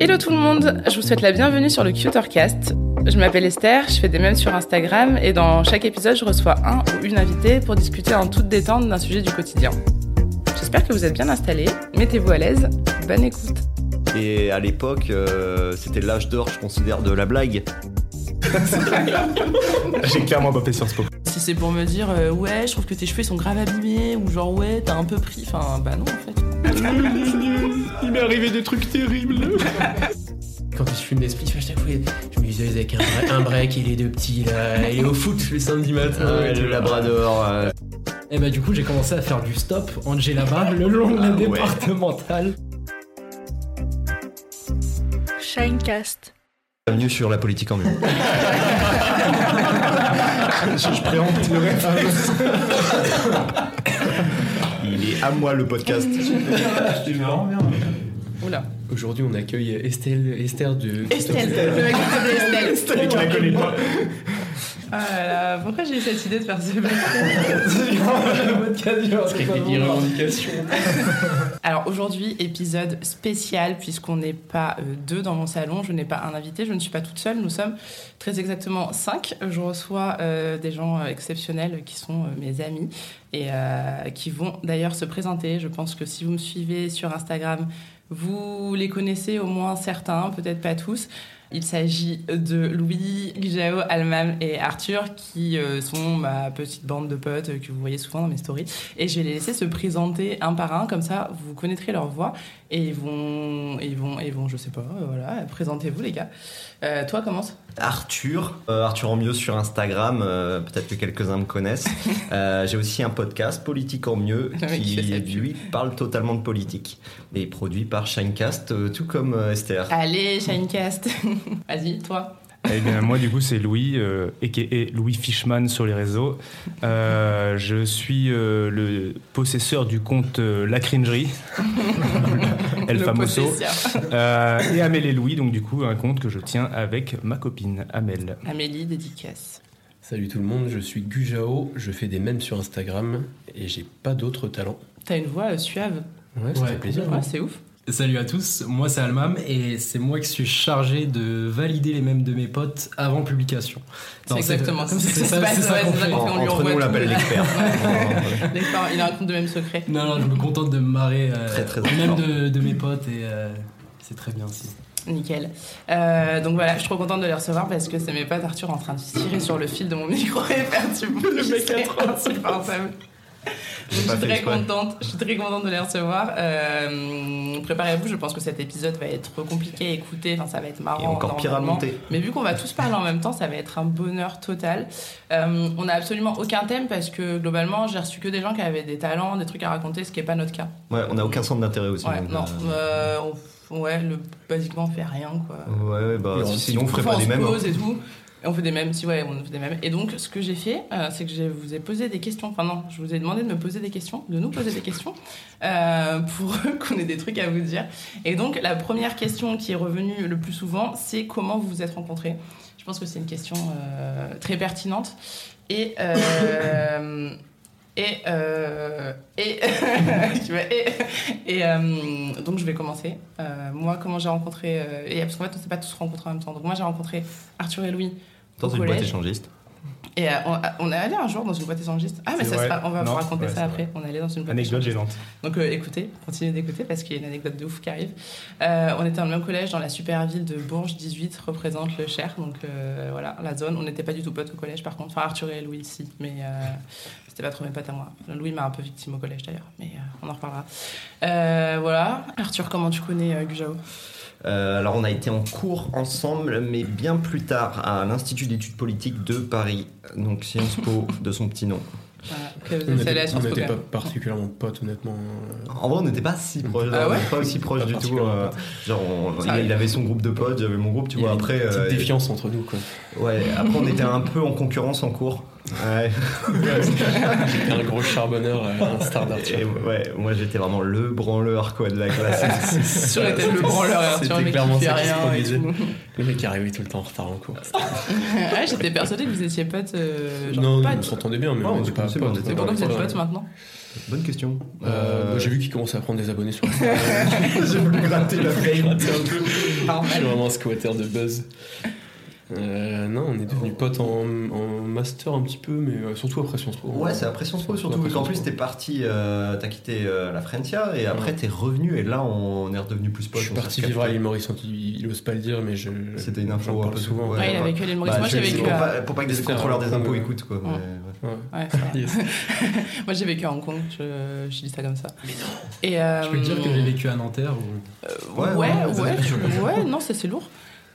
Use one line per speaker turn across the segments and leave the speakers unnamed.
Hello tout le monde, je vous souhaite la bienvenue sur le Cutercast. Je m'appelle Esther, je fais des mèmes sur Instagram et dans chaque épisode, je reçois un ou une invitée pour discuter en toute détente d'un sujet du quotidien. J'espère que vous êtes bien installés, mettez-vous à l'aise, bonne écoute.
Et à l'époque, euh, c'était l'âge d'or, je considère, de la blague.
J'ai clairement popé sur ce pot.
Si c'est pour me dire euh, ouais, je trouve que tes cheveux ils sont grave abîmés ou genre ouais, t'as un peu pris, enfin bah non en fait.
Il m'est arrivé des trucs terribles.
Quand je fume des spliffs à chaque fois, je me visualise avec un, bra- un break et les deux petits là, il est au foot Ah le samedi matin. et tout.
le labrador. euh,
Et bah du coup j'ai commencé à faire du stop Angela Bas le long de la
Ah ouais.
départementale.
Shinecast.
bienvenue sur la politique en mur.
Je préempte le réflexe.
Il est à moi le podcast.
Oula.
Aujourd'hui on accueille Estelle, Esther de
Estelle, le mec qui s'appelle Estelle.
Et qui la connaît pas.
Ah là là, pourquoi j'ai eu cette idée de faire ce
Parce qu'il y a des revendications.
Alors aujourd'hui, épisode spécial, puisqu'on n'est pas euh, deux dans mon salon, je n'ai pas un invité, je ne suis pas toute seule, nous sommes très exactement cinq. Je reçois euh, des gens euh, exceptionnels qui sont euh, mes amis et euh, qui vont d'ailleurs se présenter. Je pense que si vous me suivez sur Instagram, vous les connaissez au moins certains, peut-être pas tous. Il s'agit de Louis, Jao, Almam et Arthur qui euh, sont ma petite bande de potes euh, que vous voyez souvent dans mes stories. Et je vais les laisser se présenter un par un, comme ça vous connaîtrez leur voix et ils vont, ils vont, ils vont, je sais pas, euh, voilà, présentez-vous les gars. Euh, toi commence.
Arthur, euh, Arthur en mieux sur Instagram, euh, peut-être que quelques-uns me connaissent. Euh, J'ai aussi un podcast, Politique en mieux,
Le mec
qui
qui fait sa pub.
lui parle totalement de politique et produit par Shinecast, euh, tout comme euh, Esther.
Allez, Shinecast. Vas-y, toi.
Eh bien, moi, du coup, c'est Louis, euh, a.k.a. Louis Fishman sur les réseaux. Euh, je suis euh, le possesseur du compte euh, La Cringerie, El
Le
Famoso,
possesseur.
Euh, et Amel et Louis, donc du coup, un compte que je tiens avec ma copine Amel.
Amélie, dédicace.
Salut tout le monde, je suis Gujao, je fais des mèmes sur Instagram et j'ai pas d'autres talents.
T'as une voix euh, suave.
Ouais, ça fait plaisir. hein.
Ouais, c'est ouf.
Salut à tous, moi c'est Almam et c'est moi qui suis chargé de valider les mèmes de mes potes avant publication.
C'est
Non,
exactement comme ça que
c'est
ça se passe.
c'est ça
ouais,
qu'on
c'est ça
fait.
qu'on fait, on lui
Entre
envoie
nous, on
tout.
l'appelle l'expert.
L'expert, il a un compte de même secret.
Non, non, je me contente de me marrer euh,
Très, très
aux mèmes
important.
de, de mes potes et euh, c'est très bien aussi.
Nickel. Euh, donc voilà, je suis trop contente de les recevoir parce que c'est mes potes Arthur en train de tirer sur le fil de mon micro et faire du bruit. C'est insupportable. Je suis
pas fait
très
exprès.
contente. Je suis très contente de les recevoir. Euh, préparez-vous, je pense que cet épisode va être compliqué à écouter. Enfin, ça va être marrant.
Et encore pire à
normalement.
monter.
Mais vu qu'on va tous parler en même temps, ça va être un bonheur total. Euh, on n'a absolument aucun thème parce que globalement, j'ai reçu que des gens qui avaient des talents, des trucs à raconter, ce qui n'est pas notre cas.
Ouais, on n'a aucun centre d'intérêt aussi.
Ouais,
donc,
non.
euh,
Euh, on- ouais, le, basiquement, on fait rien, quoi.
Ouais, ouais, bah,
Et on-
si on ferait
Enfin,
pas
on
les
se
mêmes. hein.
pose et tout. Et on fait des mêmes, si ouais, on fait des mêmes. Et donc, ce que j'ai fait, euh, c'est que je vous ai posé des questions. Enfin non, je vous ai demandé de me poser des questions, de nous poser des questions, euh, pour qu'on ait des trucs à vous dire. Et donc, la première question qui est revenue le plus souvent, c'est comment vous vous êtes rencontrés. Je pense que c'est une question euh, très pertinente. Et euh, Et, euh, et, tu vois, et, et, euh, donc je vais commencer. Euh, moi, comment j'ai rencontré. euh, et parce qu'en fait, on ne s'est pas tous rencontrés en même temps. Donc moi, j'ai rencontré Arthur et Louis.
Dans
au
hein. une boîte
collège.
échangiste.
Et euh, on, on est allé un jour dans une boîte échangiste. Ah, mais
C'est
ça
vrai.
sera- on va
Non,
vous raconter
ouais,
ça
c'est
après.
vrai.
On est allé dans une boîte
Anecdote gênante.
donc euh, écoutez, continuez d'écouter parce qu'il y a une anecdote de ouf qui arrive. Euh, on était dans le même collège dans la super ville de Bourges 18, représente le Cher, donc euh, voilà, la zone. On n'était pas du tout potes au collège par contre, enfin Arthur et Louis si, mais euh, c'était pas trop mes potes à moi. Louis m'a un peu victime au collège d'ailleurs, mais euh, on en reparlera. Euh, voilà, Arthur, comment tu connais euh, Gujao
Euh, alors on a été en cours ensemble, mais bien plus tard à l'Institut d'études politiques de Paris, donc Sciences Po de son petit nom.
que
On
vous êtes allés à
était-
Sciences
on
Po,
n'était
quand
pas
même.
particulièrement potes, honnêtement.
En vrai, on n'était pas si proches,
Ah
on
ouais
n'était pas aussi proches du tout.
particulièrement
euh, genre, on-
Ça
il,
arrive.
il avait son groupe de potes, j'avais mon groupe, tu
Il y
vois.
a une
Après,
petite
euh,
défiance entre nous, quoi.
Ouais, après on était un peu en concurrence en cours. Ouais.
J'étais un gros charbonneur, euh, un star d'Arthur.
Et ouais, moi j'étais vraiment le branleur quoi de la classe. C'est- c'est-
Sur la tête, le branleur, Arthur,
C'était
le mec qui
clairement
fait
ça qui se
rien et
produisait.
tout.
Le mec qui arrivait tout le temps en retard en cours.
Ah, J'étais persuadée que vous étiez potes. euh, genre
non, non,
potes.
on s'entendait bien, mais
Ouais, on
on
se
n'était pas
connaissait, mais on était
potes.
Et
pas
pourquoi vous êtes potes maintenant
Bonne question.
Euh, moi, J'ai vu qu'il commençait à prendre des abonnés sur Instagram.
J'ai voulu gratter la fame.
Je suis vraiment un squatter de buzz. Euh, non, on est
Oh.
devenus potes en, en master un petit peu, mais euh, surtout après Sciences Po.
Ouais, c'est après Sciences Po surtout.
Après
Parce qu'en
Sciences
plus,
Po.
t'es parti, euh, t'as quitté euh, la Frentia et après
Ouais.
t'es revenu et là on est redevenu plus
Je
potes.
suis
on
parti
s'est
vivre à
capté.
l'île Maurice, il, il ose pas le dire, mais je.
C'était une info hein,
j'en
un
parle
peu
souvent.
Ouais,
Ouais, Ah, il a vécu à l'île Maurice.
Bah,
Moi,
je-
j'ai vécu
Pour
à- hein.
pas, pour pas que des
C'était
contrôleurs
un-
des impôts
un-
écoutent quoi. mais
Ouais.
ouais.
Ouais.
Ouais, ça va.
Yes.
Moi j'ai vécu à Hong Kong, je, je dis ça comme ça. Et, euh,
Je peux te dire que j'ai vécu à Nanterre. Ou...
Ouais,
Ouais, ouais,
ouais, ouais, tu- ouais, non, ça c'est lourd.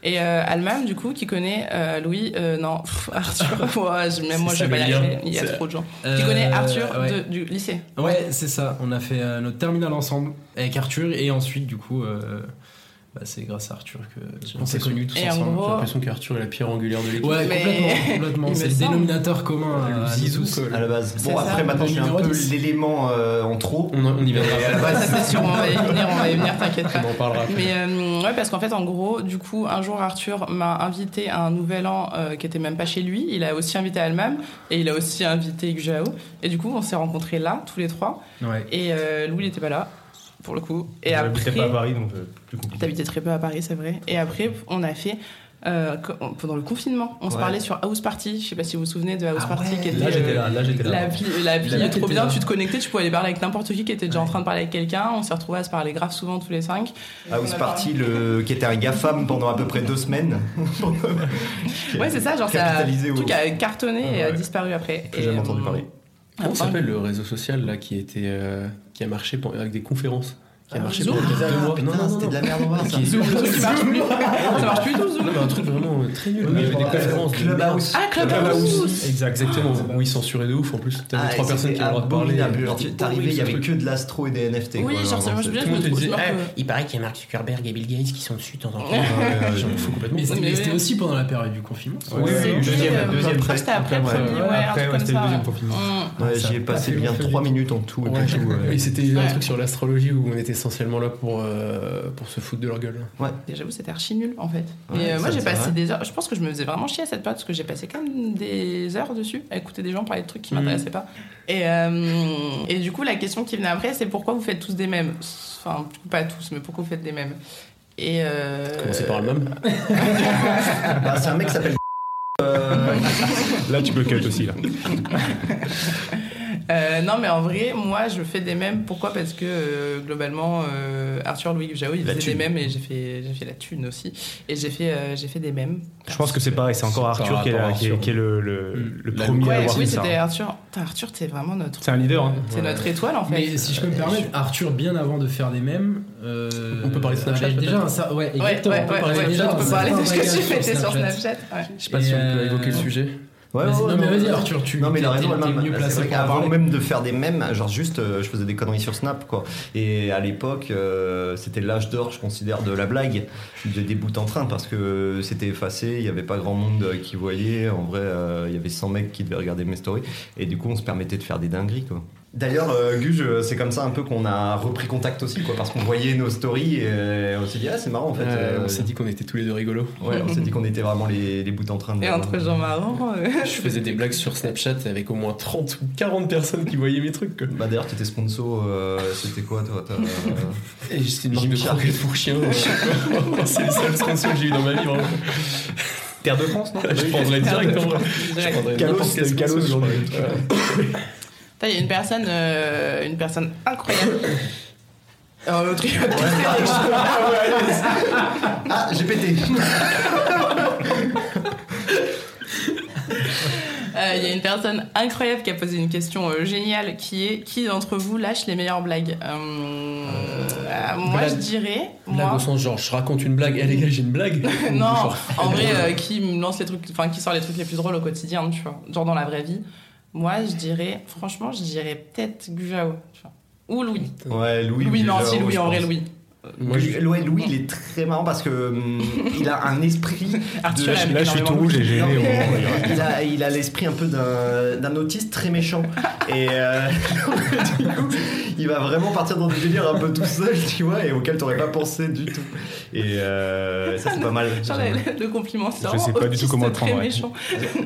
Et euh, Almam, du coup, qui connaît euh, Louis, euh, non, pff, Arthur, ouais, je- même moi
C'est
je vais
ça, le
pas y
lien.
arriver, il y a
C'est-
trop de gens.
Euh,
qui connaît Arthur
ouais.
de- du lycée
Ouais, c'est ça. On a fait euh, notre terminal ensemble avec Arthur et ensuite, du coup, euh, bah, c'est grâce à Arthur que on s'est
l'impression-
connus tous
Et en
ensemble.
J'ai
gros-
l'impression qu'arthur est la pierre angulaire de l'équipe. Ah,
Ouais,
Mais-
complètement, complètement.
Il me
C'est le
semble.
dénominateur commun à, à nous
Zizou,
tous.
à la base.
C'est
Bon,
ça,
après, maintenant, je suis un
numéro
peu
10.
l'élément euh, en trop.
On, en- on y viendra
Et à
après.
la base,
C'est sûr, on va y venir, on va y venir, t'inquiète pas.
On en parlera après.
Mais euh, ouais, parce qu'en fait, en gros, du coup, un jour, Arthur m'a invité à un nouvel an euh, qui était même pas chez lui. Il a aussi invité Almam et il a aussi invité Xujao. Et du coup, on s'est rencontrés là, tous les trois.
Ouais.
Et euh, Louis n'était pas là, pour le coup. Et
J'habitais
après,
pas à Paris, donc euh, plus compliqué.
t'habitais très peu à Paris, c'est vrai. Et après, on a fait. euh, co- on- pendant le confinement, on se
Ouais.
parlait sur House Party. Je sais pas si vous vous souvenez de House
Ah
Party
ouais,
qui était.
là, j'étais
euh,
là, là, j'étais là.
L'appli, l'appli,
L'appli
trop
était
bien,
là.
tu te connectais, tu pouvais aller parler avec n'importe qui qui était déjà en train de parler avec quelqu'un. On s'est retrouvés à se parler grave souvent tous les cinq.
House Party, le... qui était un GAFAM pendant à peu près deux semaines.
Ouais, c'est ça, genre ça,
Capitalisé
le
au-
truc a cartonné
Ah,
et a
Ouais.
disparu après.
Plus jamais
Et,
entendu
euh,
parler.
Comment
enfin,
s'appelle le réseau social là qui était euh, qui a marché pour- avec des conférences Qui a
Ah,
marché
Zoom
pendant deux mois.
Putain,
Non, non, non,
c'était de
non.
la merde en
Qui est-
Zoom, le truc qui marche plus. Ça marche plus tout, Zoom.
Non, mais un truc vraiment euh, très nul.
Oui,
Il y avait
je me
des
rappelle.
conférences. de
Clubhouse.
Ah, Clubhouse
Exact,
Exactement, où ils censuraient de ouf en plus. T'avais
Ah,
trois
et
personnes qui
c'était
avaient le droit de parler.
abominable. Genre, tu- T'arrivais, il y avait que de l'astro et des NFT.
Oui,
quoi,
genre, ça
vraiment,
marche
c'est-
bien,
Tout le monde te
Je me
disait,
souviens
Ah,
que-
il paraît qu'il y a Mark Zuckerberg et Bill Gates qui sont dessus de temps en temps.
ouais, ouais.
J'en fous complètement.
Mais c'était-
Mais-
mais c'était aussi pendant la période du confinement. ça.
Ouais, Oui, oui,
C'était,
deuxième,
euh,
deuxième,
je crois que c'était après le
après,
premier,
ouais.
ouais, un
Après,
truc
ouais,
comme
c'était le
ça,
deuxième
ouais.
confinement.
Hum.
Ouais,
Ça
j'y ai
a
passé
pas
bien
fait
3
vite.
minutes en tout. et
Ouais.
tout, ouais.
Et c'était
Ouais.
un truc sur l'astrologie où on était essentiellement là pour, euh, pour se foutre de leur gueule.
Euh,
Et J'avoue, c'était archi nul en fait.
Ouais,
et euh,
ça,
moi, j'ai
c'est
passé
vrai.
des heures. Je pense que je me faisais vraiment chier à cette période parce que j'ai passé quand même des heures dessus à écouter des gens parler de trucs
Mm.
qui m'intéressaient pas. Et, euh, et du coup, la question qui venait après, c'est pourquoi vous faites tous des mêmes Enfin, pas tous, mais pourquoi vous faites des mêmes Et. euh,
Commencez par le même.
Bah, c'est un mec qui s'appelle.
Là, tu peux cut aussi, là.
Euh, non, mais en vrai, moi, je fais des mèmes. Pourquoi Parce que euh, globalement, euh, Arthur Louis Gujao, il
La
faisait
thune.
des mèmes et j'ai fait, j'ai fait la thune aussi. Et j'ai fait, euh, j'ai fait des mèmes.
Je pense que c'est pareil, c'est encore
C'est
Arthur
par
qui est, là-
rapport à
qui est-
Arthur.
qui est le, le- le
La-
premier à
Ouais,
avoir fait
oui,
ça.
c'était Arthur. Putain, Arthur, t'es vraiment notre.
C'est un leader, hein.
C'est notre étoile en fait.
Mais si je peux me permettre, Arthur, bien avant de faire des mèmes, euh,
On peut parler de Snapchat,
avait déjà
peut-être
un ça, ouais,
Ouais,
exactement.
ouais,
on peut parler
ouais,
déjà
ouais, on
d'un
peut parler de ce que
Snapchat
tu mettais sur
Snapchat.
Snapchat. ouais.
Je sais pas si on peut
euh,
évoquer le sujet.
Ouais,
Vas-y,
ouais, ouais,
non, mais
ouais,
vas-y,
ouais.
Arthur, tu-
Non, mais il a
t'es-
raison,
t'es
Alman.
mieux
C'est
placé
vrai
pour en
qu'avant
parler.
même de faire des mèmes, genre juste, euh, je faisais des conneries sur Snap, quoi. Et à l'époque, euh, c'était l'âge d'or, je considère, de la blague, de- des bouts en train, parce que c'était effacé, il n'y avait pas grand monde euh, qui voyait. En vrai, euh, il y avait 100 mecs qui devaient regarder mes stories. Et du coup, on se permettait de faire des dingueries, quoi. D'ailleurs, euh, Guge, euh, c'est comme ça un peu qu'on a repris contact aussi, quoi, parce qu'on voyait nos stories et euh, on s'est dit, ah, c'est marrant en fait.
Euh,
euh,
on s'est dit qu'on était tous les deux rigolos.
Ouais, on s'est dit qu'on était vraiment les, les bouts en train de.
Et entre gens marrants. euh,
Je faisais des blagues sur Snapchat avec au moins 30 ou 40 personnes qui voyaient mes trucs. quoi.
Bah, d'ailleurs, t'étais sponsor, euh, c'était quoi toi t'as, euh,
Et c'était une marque
Jim
de
Carrey.
croquettes pour chien. C'est le seul sponsor que j'ai eu dans ma vie. vraiment.
Terre de France, non
Je prendrais directement. Je prendrais
Calos,
n'importe quel
c'était Calos
sponsor, je
aujourd'hui.
crois. Ouais.
Putain, Il y a une personne, euh, une personne incroyable. Alors, l'autre, il va tout faire.
Ah, j'ai pété
Euh, Il y a une personne incroyable qui a posé une question euh, géniale qui est qui d'entre vous lâche les meilleures blagues Euh, euh, Moi
blague-
je dirais
Blague
moi
au sens genre, je raconte une blague. Eh les gars, j'ai une blague. Ou
non
genre,
en vrai euh, qui me lance les trucs enfin qui sort les trucs les plus drôles au quotidien tu vois genre dans la vraie vie moi je dirais franchement je dirais peut-être Gujao tu vois. ou Louis
Ouais, Louis.
Louis non
déjà,
si
ouais,
Louis
je
en vrai
pense.
Louis
Moi, je-
Louis, ouais, Louis, il est très marrant parce que hum, il a un esprit.
Arthur
de...
aime
Là, je suis tout
énormément
rouge et
Louis.
gêné au moment où il raconte.
Il a, il a l'esprit un peu d'un d'un autiste très méchant. Et euh, du coup, il va vraiment partir dans des délires un peu tout seul, tu vois, et auquel t'aurais pas pensé du tout. Et euh, ça, c'est pas mal.
Genre, le, le compliment c'est
Je
vraiment
sais pas du tout
autiste,
comment le
très
prendre, ouais.
méchant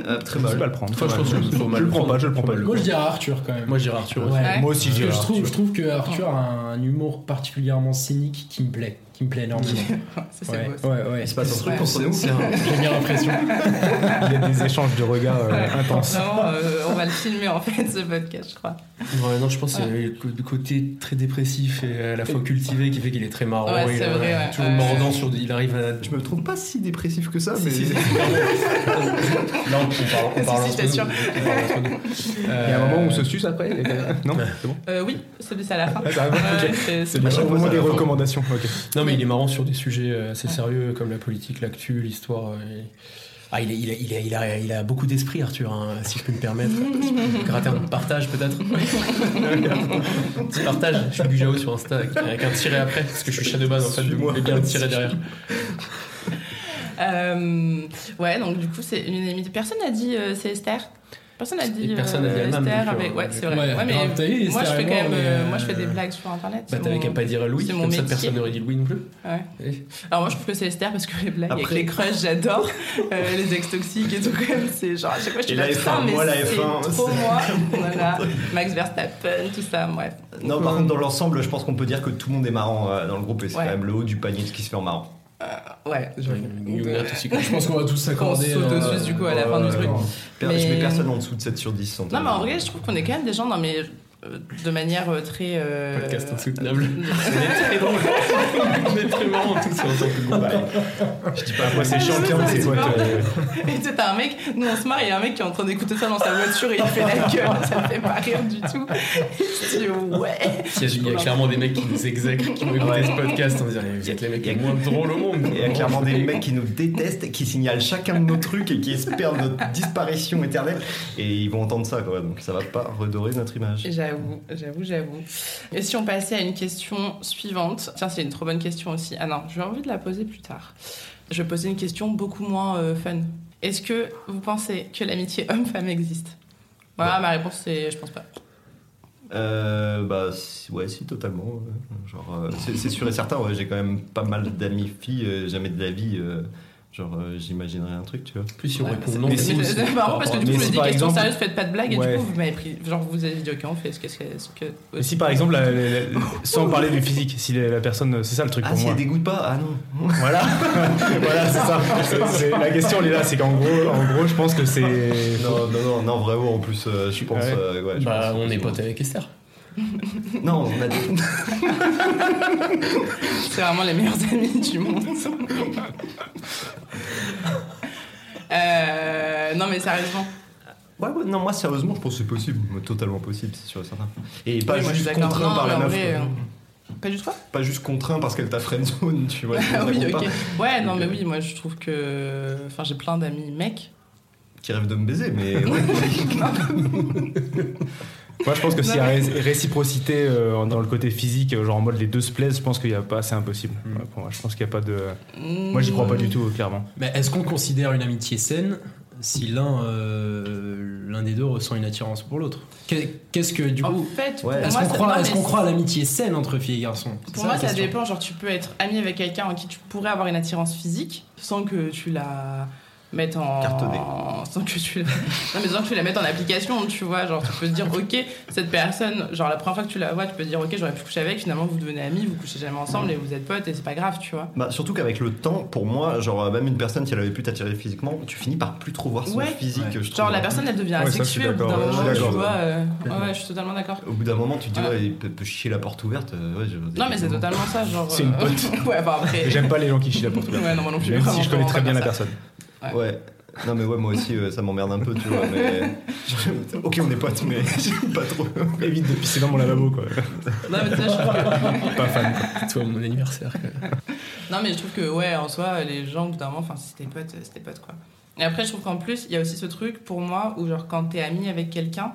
Euh, très
Je vais
mal.
pas le prendre.
Enfin, je pense que c'est trop
Je
mal.
le prends pas, je le prends pas.
Je
le
le
Moi, je dirais Arthur quand même.
Moi, j'irai Arthur.
Ouais.
Ouais.
Moi aussi,
Parce que
j'irai
je trouve,
Arthur.
je trouve que Arthur a un humour particulièrement cynique qui me plaît, qui me plaît énormément.
ça c'est
ouais,
beau ça.
ouais, ouais.
Il se passe un truc
Ouais.
contre nous.
J'ai bien l'impression.
Il y a des échanges de regards euh,
Ouais.
intenses.
Vraiment, euh, on va le filmer en fait ce podcast je crois
Ouais, non, je pense que c'est le côté très dépressif et à la fois cultivé qui fait qu'il est très marrant. euh,
Ouais,
il
c'est
est
vrai, ouais.
toujours
Ouais.
mordant sur. Il arrive à.
Je me trouve pas si dépressif que ça,
Si,
mais.
si, si. Là, on parle, on parle
Si,
entre
si, t'es
nous,
sûr.
on parle entre nous. Euh,
Il y a un moment où on se suce après les gars. Non C'est bon
Euh, oui c'est c'est à la fin
Ah, ça va,
Ouais,
ok.
c'est-
C'est
c'est-
bien.
chaque
Au
fois,
moment
ça
des
va.
recommandations. ok.
Non, mais il est marrant sur des sujets euh, assez sérieux comme la politique, l'actu, l'histoire. euh, et- Ah, il, est- il, est- il, est- il a, il a beaucoup d'esprit, Arthur, hein, si je peux me permettre. Si je peux gratter un partage, peut-être. Petit partage. Je suis Gujao sur Insta avec, avec un tiret après, parce que je suis chat de base en fait. donc
Suis-moi.
je mets bien un tiret derrière.
Euh, ouais, donc du coup, c'est une unanimité. Personne n'a dit euh, c'est Esther. Personne n'a dit
Et personne
euh,
n'a dit Amam,
Esther.
donc,
Avec...
euh,
Ouais, c'est vrai.
ouais,
Ouais, mais
grave, t'as eu
moi,
Esther
je fais
et
quand
moi,
même. euh,
mais,
moi, je fais des
euh,
blagues sur Internet.
Bah,
c'est
t'avais
mon-
qu'à pas dire Louis,
c'est
comme
mon
ça
métier.
personne n'aurait dit Louis non plus.
Ouais.
Et-
Alors moi, je trouve que c'est Esther parce que les blagues
Après-
avec les crushs, j'adore. Euh, les ex toxiques et tout quand même. C'est genre à chaque fois, je suis
Et
là,
la
putain,
F1,
mais
moi, la
c'est
F1,
trop
c'est
moi. Voilà. Max Verstappen, tout ça. Bref.
Non, par contre, dans l'ensemble, je pense qu'on peut dire que tout le monde est marrant euh, dans le groupe, et c'est
Ouais.
quand même le haut du panier de ce qui se fait en marrant.
Ouais. je-
Younat aussi, quoi.
Je pense qu'on va tous s'accorder.
Qu'on saute
euh,
au suisse, du coup, à la
euh,
fin du truc.
Per-
Mais-
Je mets personne en dessous de 7 sur 10. en
Non,
termes
mais en
de-
vrai, je trouve qu'on est quand même des gens, non, mais euh, de manière euh, très. euh,
Podcast insoutenable. C'est très drôle. On est très marrant tous en tant que groupe.
Je dis pas après c'est
Ah,
chiant
mais
quand
ça,
c'est
c'est
boîtes.
marrant.
euh,
Et tu sais, t'as un mec, nous on se marre, il y a un mec qui est en train d'écouter ça dans sa voiture et il fait la gueule, ça me fait pas rire du tout. Il se dit ouais.
Il y, a, il y a clairement des mecs qui nous exècrent, qui vont écouter ce podcast en disant Vous êtes les mecs les moins drôles au monde.
Il y a euh, clairement des mecs qui nous détestent, qui signalent chacun de nos trucs et qui espèrent notre disparition éternelle. Et ils vont entendre ça, quoi. Donc ça va pas redorer notre image.
J'avoue, j'avoue, j'avoue. Et si on passait à une question suivante Tiens, c'est une trop bonne question aussi. Ah non, j'ai envie de la poser plus tard. Je vais poser une question beaucoup moins euh, fun. Est-ce que vous pensez que l'amitié homme-femme existe Voilà, ma réponse c'est je pense pas.
Euh, bah, si- ouais, si, totalement. ouais. Genre, euh, c'est c'est sûr et certain, ouais, j'ai quand même pas mal d'amis filles, euh, jamais de la vie. euh, genre, euh, j'imaginerais un truc, tu vois.
plus, si on
Ouais,
répond
c'est-
non,
mais
c'est
c'est- c'est marrant parce que tout le
Mais
monde
si
dit
par
question
exemple-
sérieuse, faites pas de blagues et
Ouais.
du coup vous m'avez pris, genre vous avez dit ok on fait, est-ce que c'est... Est -ce que...
Et si par exemple, la- la- la- sans parler du physique, si la, la personne, c'est ça le truc
Ah,
pour
si
moi.
elle dégoûte pas Ah non
Voilà, voilà, c'est ça. C'est- c'est- la question elle est là, c'est qu'en gros, en gros, je pense que c'est.
Non, non, non, non, vraiment, en plus, euh, je pense.
Ouais.
euh, ouais, je
Bah,
pense-
on est potes avec Esther.
Non, on a dit.
C'est vraiment les meilleurs amis du monde. Euh, non mais sérieusement.
Ouais, ouais, non, moi, sérieusement, je pense que c'est possible. Totalement possible, c'est sûr et certain. Et pas
Oui, moi, je suis
juste
d'accord.
contraint
Non,
par la
mais en
meuf.
vrai, euh.
quoi.
Pas du tout. toi
Pas juste contraint parce qu'elle t'a friendzone, tu vois. je
Ah
comprends
oui,
pas.
ok. Ouais,
euh,
non mais oui, moi je trouve que... Enfin j'ai plein d'amis mecs.
Qui rêve de me baiser, mais ouais.
Moi, je pense que s'il y a ré- réciprocité euh, dans le côté physique, euh, genre en mode les deux se plaisent, je pense qu'il n'y a pas, c'est impossible. Ouais, pour moi, je pense qu'il n'y a pas de. Moi, j'y crois pas du tout, euh, clairement.
Mais est-ce qu'on considère une amitié saine si l'un euh, l'un des deux ressent une attirance pour l'autre. Qu'est- Qu'est-ce que du
En
coup
fait, Oh, pour
est-ce
moi,
qu'on
ça-
croit,
non,
est-ce
mais
qu'on
c'est-
croit à l'amitié saine entre filles et garçons C'est
Pour
ça
moi,
la
ça
question.
dépend. Genre, tu peux être ami avec quelqu'un en qui tu pourrais avoir une attirance physique sans que tu la mettes en.
Cartonner.
Sans que tu la... Non, mais sans que tu la mettes en application, tu vois. Genre, tu peux te dire, ok, cette personne, genre, la première fois que tu la vois, tu peux te dire, ok, j'aurais pu coucher avec. Finalement, vous devenez amis, vous couchez jamais ensemble et vous êtes potes et c'est pas grave, tu vois.
Bah, surtout qu'avec le temps, pour moi, genre même une personne si elle avait pu t'attirer physiquement, tu finis par plus trop voir son
Ouais.
physique. je trouve. hein.
Genre, la personne, elle devient
Ouais, ça, je suis
asexuée au bout d'un
d'accord,
ouais, je suis
moment,
d'accord,
tu vois.
ouais.
euh, Ouais, ouais, je suis totalement d'accord.
Au bout d'un moment, tu te dis
Ouais.
ouais, il peut, peut chier la porte ouverte. euh, ouais, je-
Non, mais c'est totalement ça, genre.
C'est une
euh, ouais, enfin après.
J'aime pas les gens qui chient la porte ouverte.
Ouais, non, moi non plus.
Même
vraiment,
si je connais
vraiment
très
pas
bien la
ça.
personne.
Ouais. Non mais ouais moi aussi euh, ça m'emmerde un peu tu vois mais ok on est potes mais j'aime pas trop
Évite de pisser dans mon lavabo, quoi.
Non, mais tu sais, je trouve que-
Pas fan. quoi. Toi, mon anniversaire. quoi.
Non, mais je trouve que, ouais, en soi, les gens, au bout d'un moment, enfin, si t'es pote, euh, c'est tes potes, quoi. Et après, je trouve qu'en plus, il y a aussi ce truc, pour moi, où, genre, quand t'es ami avec quelqu'un,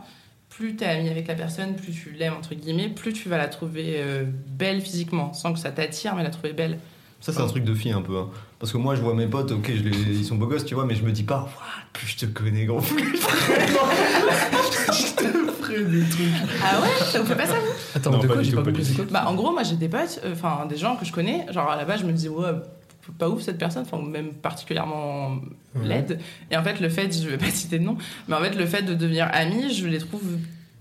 plus t'es ami avec la personne, plus tu l'aimes, entre guillemets, plus tu vas la trouver euh, belle physiquement, sans que ça t'attire, mais la trouver belle.
ça c'est un truc de fille un peu hein. parce que moi je vois mes potes ok je les- ils sont beaux gosses tu vois mais je me dis pas Ouah, plus je te connais gros plus je te ferai des trucs
Ah ouais Ça vous fait pas ça, vous
Attends,
Non,
de
pas
quoi
du
j'ai
tout,
pas
pas
compris
du
c'est quoi
Bah, en gros, moi, j'ai des potes, euh, enfin, des gens que je connais, genre, à la base, je me disais, ouais, p- pas ouf cette personne, enfin, même particulièrement laide. Et en fait, le fait, je vais pas citer de nom, mais en fait, le fait de devenir ami, je les trouve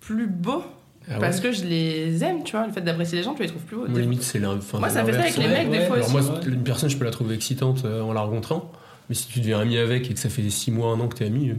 plus beaux.
Ah ouais.
Parce que je les aime, tu vois. Le fait d'apprécier les gens, tu les trouves plus beaux.
Moi, limite, c'est la. enfin,
Moi, ça
l'inverse.
fait ça avec les mecs, des fois
Alors,
aussi.
moi, une personne, je peux la trouver excitante euh, en la rencontrant. Mais si tu deviens ami avec et que ça fait 6 mois, un an que t'es ami, euh,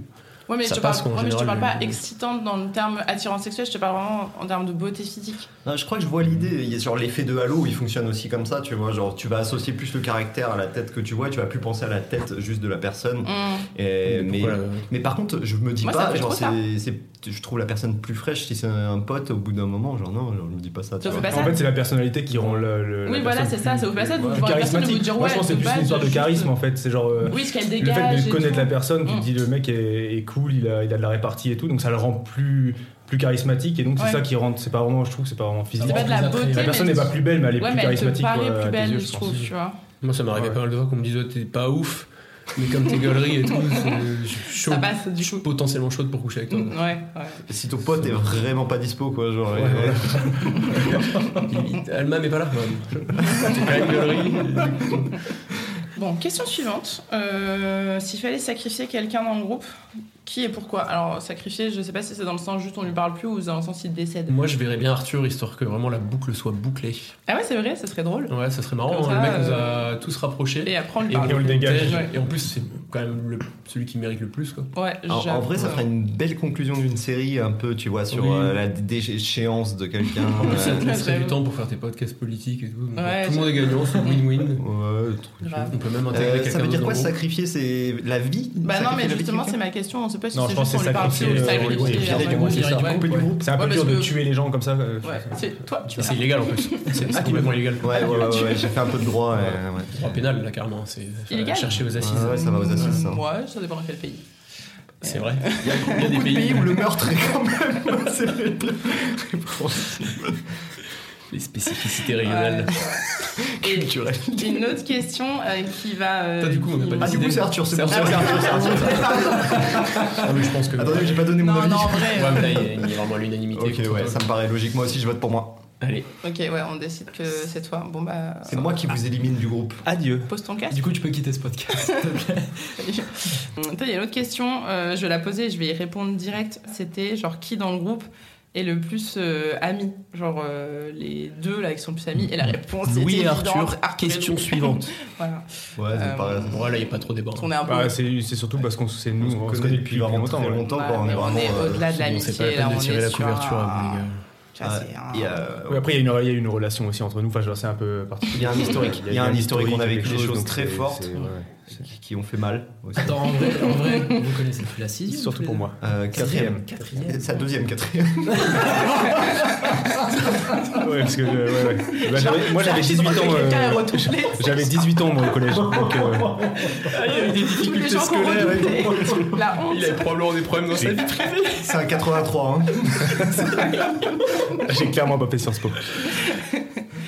Ouais, mais, je
ça
te,
passe
parle,
en
ouais, mais je te
général,
parle pas
mais-
excitante dans le terme attirant sexuel, je te parle vraiment en termes de beauté physique.
Non, je crois que je vois l'idée il y a genre l'effet de halo il fonctionne aussi comme ça tu vois genre tu vas associer plus le caractère à la tête que tu vois et tu vas plus penser à la tête juste de la personne
Euh,
Hum.
Et- mais,
pourquoi la-
mais par contre, je me dis
Moi, ça me
pas,
fait
genre,
trop ça.
c'est, c'est- je trouve la personne plus fraîche si c'est un pote au bout d'un moment, genre non, genre, je me dis pas ça.
Ça
tu
fait
vois.
pas
En
ça.
fait, c'est la personnalité qui rend le. le- la
Oui, voilà,
personne
c'est ça,
plus-
c'est au passage, vous
plus
voir la personne et vous
charismatique.
dire,
Moi, je
ouais,
pense que c'est
de
plus
base,
une histoire de
juste-
charisme, en fait. C'est genre. euh,
Oui, ce qu'elle
Le
dégage.
fait de
et
connaître
tout.
la personne, tu
Mm.
te dis le mec est, est cool, il a, il a de la répartie et tout, donc ça le rend plus, plus charismatique et donc
Ouais.
c'est ça qui rend, c'est pas vraiment, je trouve, que c'est pas vraiment physique.
C'est pas de la
La
beauté.
La personne
mais
n'est pas plus belle, mais elle est
Ouais,
plus
mais elle te
charismatique.
paraît
quoi, à
plus
tes
belle,
yeux,
je trouve, tu vois.
Moi, ça m'arrivait
Ouais.
pas mal de fois qu'on me dise Ouais, t'es pas ouf, mais comme tes gueuleries et tout, c'est- je suis chaud.
Ça passe, du coup.
potentiellement chaude pour coucher avec toi.
Mm, Ouais, ouais.
Si ton pote est vraiment pas dispo, quoi, genre.
Ouais,
et- euh,
voilà. Il- Alma n'est pas là. ouais. T'es pas une gueulerie.
Bon, question suivante. Euh, S'il fallait sacrifier quelqu'un dans le groupe, qui et pourquoi Alors, sacrifier, je sais pas si c'est dans le sens juste on lui parle plus ou dans le sens il décède.
Moi, je verrais bien Arthur, histoire que vraiment la boucle soit bouclée.
Ah ouais, c'est vrai, ça serait drôle.
Ouais, ça serait marrant.
Comme
hein,
ça,
le mec nous
euh,
a tous rapprochés.
Et après, on lui
on
parle.
on le dégage.
Ouais.
Et en plus, c'est quand même le- celui qui mérite le plus. Quoi.
Ouais,
En, en
j'avoue,
vrai, ça
ouais.
ferait une belle conclusion d'une série, un peu, tu vois, sur
Oui.
euh, la déchéance de quelqu'un.
En plus, ça te
euh,
laisserait
j'avoue.
du temps pour faire tes podcasts politiques et tout. donc,
Ouais,
tout le monde est gagnant, c'est win-win.
ouais, le truc.
Grave.
On peut même
Euh,
intégrer
ça
quelqu'un
veut dire
d'autre
quoi
dans le groupe.
sacrifier C'est la vie
Bah non,
Sacrifier
mais
la vie de
justement,
quelqu'un
c'est ma question. On sait pas si
Non,
c'est
je pense
juste
que
on
c'est
lui parle
sacrifier,
plus ou
euh,
sacrifier.
oui, oui,
ouais,
virer du
ouais,
groupe,
ouais.
c'est ça,
Ouais.
couper du groupe.
C'est un peu
Ouais,
dur
parce
de
que-
tuer les gens comme ça. euh,
Ouais, c'est toi,
Ah,
tu
C'est
parles.
illégal en plus. C'est c'est complètement illégal.
Ouais, ouais, ouais, ouais, j'ai fait un peu de droit. euh, ouais.
Droit pénal, là, carrément. C'est faut
Illégal.
chercher aux assises.
Ouais, ouais, ça va aux assises, ça.
Ouais, ça dépend dans quel pays.
C'est vrai.
Il y a des pays où le meurtre est quand même. c'est vrai.
Les spécificités régionales.
Euh, Et
Culturel.
une autre question euh, qui va. euh,
Toi, du coup, on n'a
qui-
pas
Ah, du coup, c'est Arthur, c'est pour ça.
Ah,
c'est Arthur, c'est Arthur.
Ah, mais je pense que.
Attendez, j'ai pas donné mon
Non,
avis.
non, en vrai. euh,
Ouais, mais là, il y a- il y a vraiment l'unanimité.
Ok,
contre
ouais,
toi.
ça me paraît logique. Moi aussi, je vote pour moi.
Allez.
Ok, ouais, on décide que c'est toi. Bon, bah.
C'est moi qui vous élimine du groupe.
Adieu.
Pose ton casque.
Du coup, tu peux quitter ce podcast.
Attends, Il y a une autre question, euh, je vais la poser et je vais y répondre direct. C'était genre qui dans le groupe est le plus euh, ami Genre euh, les deux là qui sont le plus amis et la réponse est
Louis et
évidente,
Arthur,
et
question
Louis.
suivante.
voilà.
Ouais,
Euh,
c'est pareil.
Bon, là, il n'y a pas trop débat. hein.
On est un peu.
Bah, c'est c'est surtout parce qu'on c'est nous, on se connaît depuis
vraiment
longtemps.
très
ouais.
longtemps,
Ouais,
quoi, on
mais
est vraiment. euh,
au-delà de
Bon, c'est pas
l'amitié.
la peine
là,
de
on
tirer
est
la
sur
couverture à vous,
un-
les gars.
Tu vois, c'est
il y
un-
a-
Ouais, Après, il y, a euh, une- il y a une relation aussi entre nous, enfin, je vois, c'est un peu particulier.
Il y a un historique. Il y a un historique, on a vécu des choses
donc
très
c'est-
fortes.
c'est- ouais.
qui- qui ont fait mal aussi.
Attends, en vrai, en vrai, vous connaissez la sixième
Surtout pour moi.
Euh, quatrième.
Quatrième.
Sa deuxième, quatrième.
Ouais, parce que euh, ouais, ouais. Bah, j'avais- moi j'avais
Genre,
18 ans.
que quelqu'un
euh,
est retourné.
j'avais 18 ans moi, au collège. donc, euh,
Tous les gens qu'on redoutait. La honte.
probablement des problèmes dans sa vie privée.
C'est un 83. hein.
j'ai clairement pas fait Sciences Po.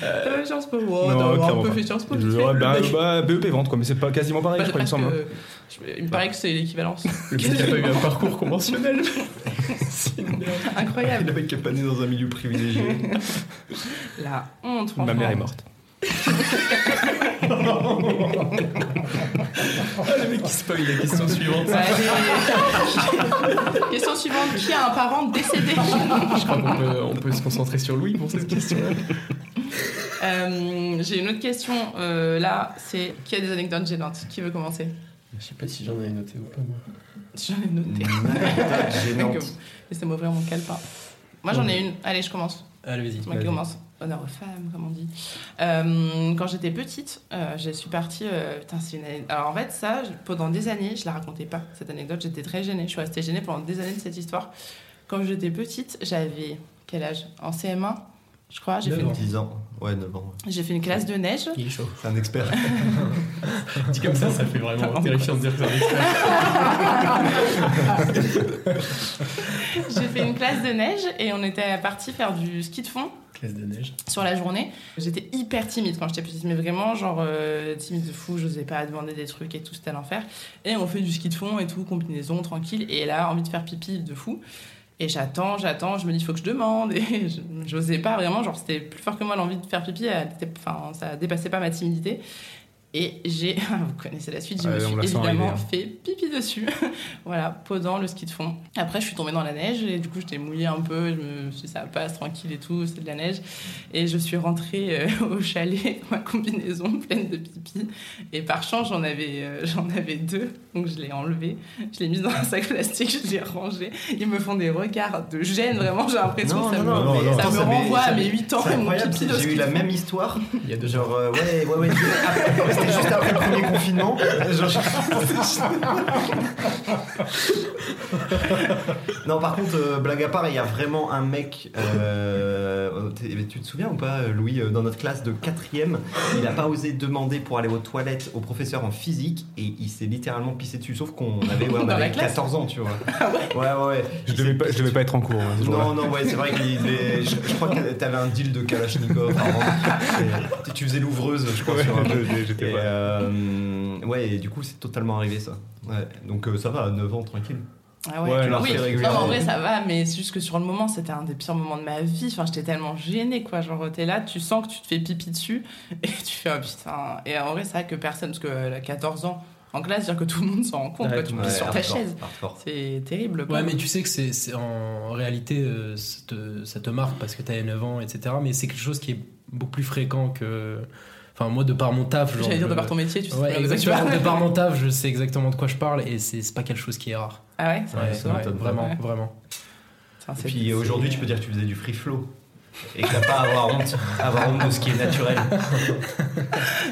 Euh, Sciences Po, oh,
Non,
non,
clairement
on peut
pas.
faire Sciences Po.
Je-
vite fait.
ouais, bah,
Le mec-
bah, BEP vente quoi, mais c'est pas quasiment pareil,
Bah,
je crois, il me
pense
semble. hein.
que- je- Il me paraît que c'est l'équivalence.
Le mec qui a pas eu un parcours conventionnel.
Le
Incroyable.
mec qui est pas né dans un milieu privilégié.
La honte,
Ma
franchement.
mère est morte.
Le mec qui spoil la question suivante.
Ouais, allez. Bah, Question suivante qui a un parent décédé
Je crois qu'on peut, on peut se concentrer sur Louis pour cette question-là.
Euh, J'ai une autre question euh, là c'est qui a des anecdotes gênantes Qui veut commencer
Je sais pas si j'en ai noté ou pas, moi.
J'en ai noté.
Gênante.
Donc, Laissez-moi ouvrir mon calepin. Moi j'en ai une. Allez, je commence.
Allez,
C'est moi qui commence. Honneur aux femmes, comme on dit. Euh, quand j'étais petite, euh, je suis partie. euh, putain, c'est une ane- Alors en fait, ça, je- pendant des années, je la racontais pas, cette anecdote. J'étais très gênée. Je suis restée gênée pendant des années de cette histoire. Quand j'étais petite, j'avais. Quel âge En CM1, je crois. J'ai fait, une...
10 ans. Ouais, 9 ans.
j'ai fait une classe de neige.
Il est chaud.
C'est un expert.
Dit comme ça, ça fait vraiment terrifiant de dire que c'est un
j'ai fait une classe de neige et on était parti faire du ski de fond.
Classe de neige.
sur la journée. J'étais hyper timide quand j'étais petite, mais vraiment, genre, euh, timide de fou, je n'osais pas demander des trucs et tout, c'était l'enfer. Et on fait du ski de fond et tout, combinaison, tranquille, et là, envie de faire pipi de fou. Et j'attends, j'attends, je me dis, faut que je demande, et je- j'osais pas vraiment, genre, c'était plus fort que moi l'envie de faire pipi, elle était- enfin, ça dépassait pas ma timidité. Et j'ai, vous connaissez la suite, je
Ouais, Ah, on
me
la
suis
sent
évidemment
arriver, hein.
fait pipi dessus, voilà, posant le ski de fond. Après, je suis tombée dans la neige, et du coup, j'étais mouillée un peu, je me suis dit, ça passe, tranquille et tout, c'est de la neige. Et je suis rentrée euh, au chalet, ma combinaison pleine de pipi. Et par chance, j'en avais, euh, j'en avais deux. Donc je l'ai enlevée, je l'ai mise dans un sac plastique, je l'ai rangée. Ils me font des regards de gêne, vraiment, j'ai l'impression que ça, me-
mais
ça
attends,
me
m'est-
renvoie
ça
à
m'est-
mes 8 ans
c'est
et mon
incroyable,
pipi de
J'ai eu
ski.
la même histoire.
Il y a deux
Genre, euh, ouais, ouais, ouais. Ah, C'était juste après le premier confinement. Genre, je- non, par contre, euh, blague à part, il y a vraiment un mec. euh, t'es- tu te souviens ou pas, Louis, euh, dans notre classe de 4ème, il a pas osé demander pour aller aux toilettes au professeur en physique et il s'est littéralement pissé dessus. Sauf qu'on avait, ouais, on
Dans la
avait
classe
14 ans, tu vois. ouais, ouais, ouais.
Je
Il
devais
s'est
pas, je devais pas être en cours. hein, ce jour-là.
non, non, ouais, c'est vrai qu'il est- Je, je crois que t'avais un deal de Kalachnikov avant. Et Tu faisais l'ouvreuse, je crois, sur un jeu.
Je- je-
Et,
j'étais pas-
euh, ouais, et du coup, c'est totalement arrivé ça. Ouais, donc euh, ça va, à 9 ans, tranquille.
Ah
Ouais,
tu
non,
vois,
c'est
oui.
régulier.
Non, mais en vrai, ça va, mais c'est juste que sur le moment, c'était un des pires moments de ma vie. Enfin, j'étais tellement gênée, quoi. Genre, t'es là, tu sens que tu te fais pipi dessus et tu fais, oh putain. Et en vrai, c'est vrai que personne, parce que euh, à 14 ans, en classe, dire que tout le monde s'en rend compte,
Ouais,
quoi. Tu
tout
me
le
dis
Ouais,
sur ta
hardcore,
chaise.
hardcore.
C'est terrible. quoi.
Ouais, mais tu sais que c'est c'est- en réalité, euh, ça te, ça te marque parce que t'as 9 ans, etc. Mais c'est quelque chose qui est beaucoup plus fréquent que. Enfin, moi, de par mon taf. genre,
J'allais dire de
je-
par ton métier, tu sais.
Ouais,
pas,
exactement.
exactement.
De par mon taf, je sais exactement de quoi je parle et c'est c'est pas quelque chose qui est rare.
Ah ouais, c'est
Ouais,
vrai, c'est
ouais,
vrai.
vraiment,
Ouais.
vraiment.
Putain,
Et
c'est-
puis aujourd'hui, tu peux dire que tu faisais du free flow. Et que t'as pas à avoir honte, à avoir honte de ce qui est naturel.
Ah,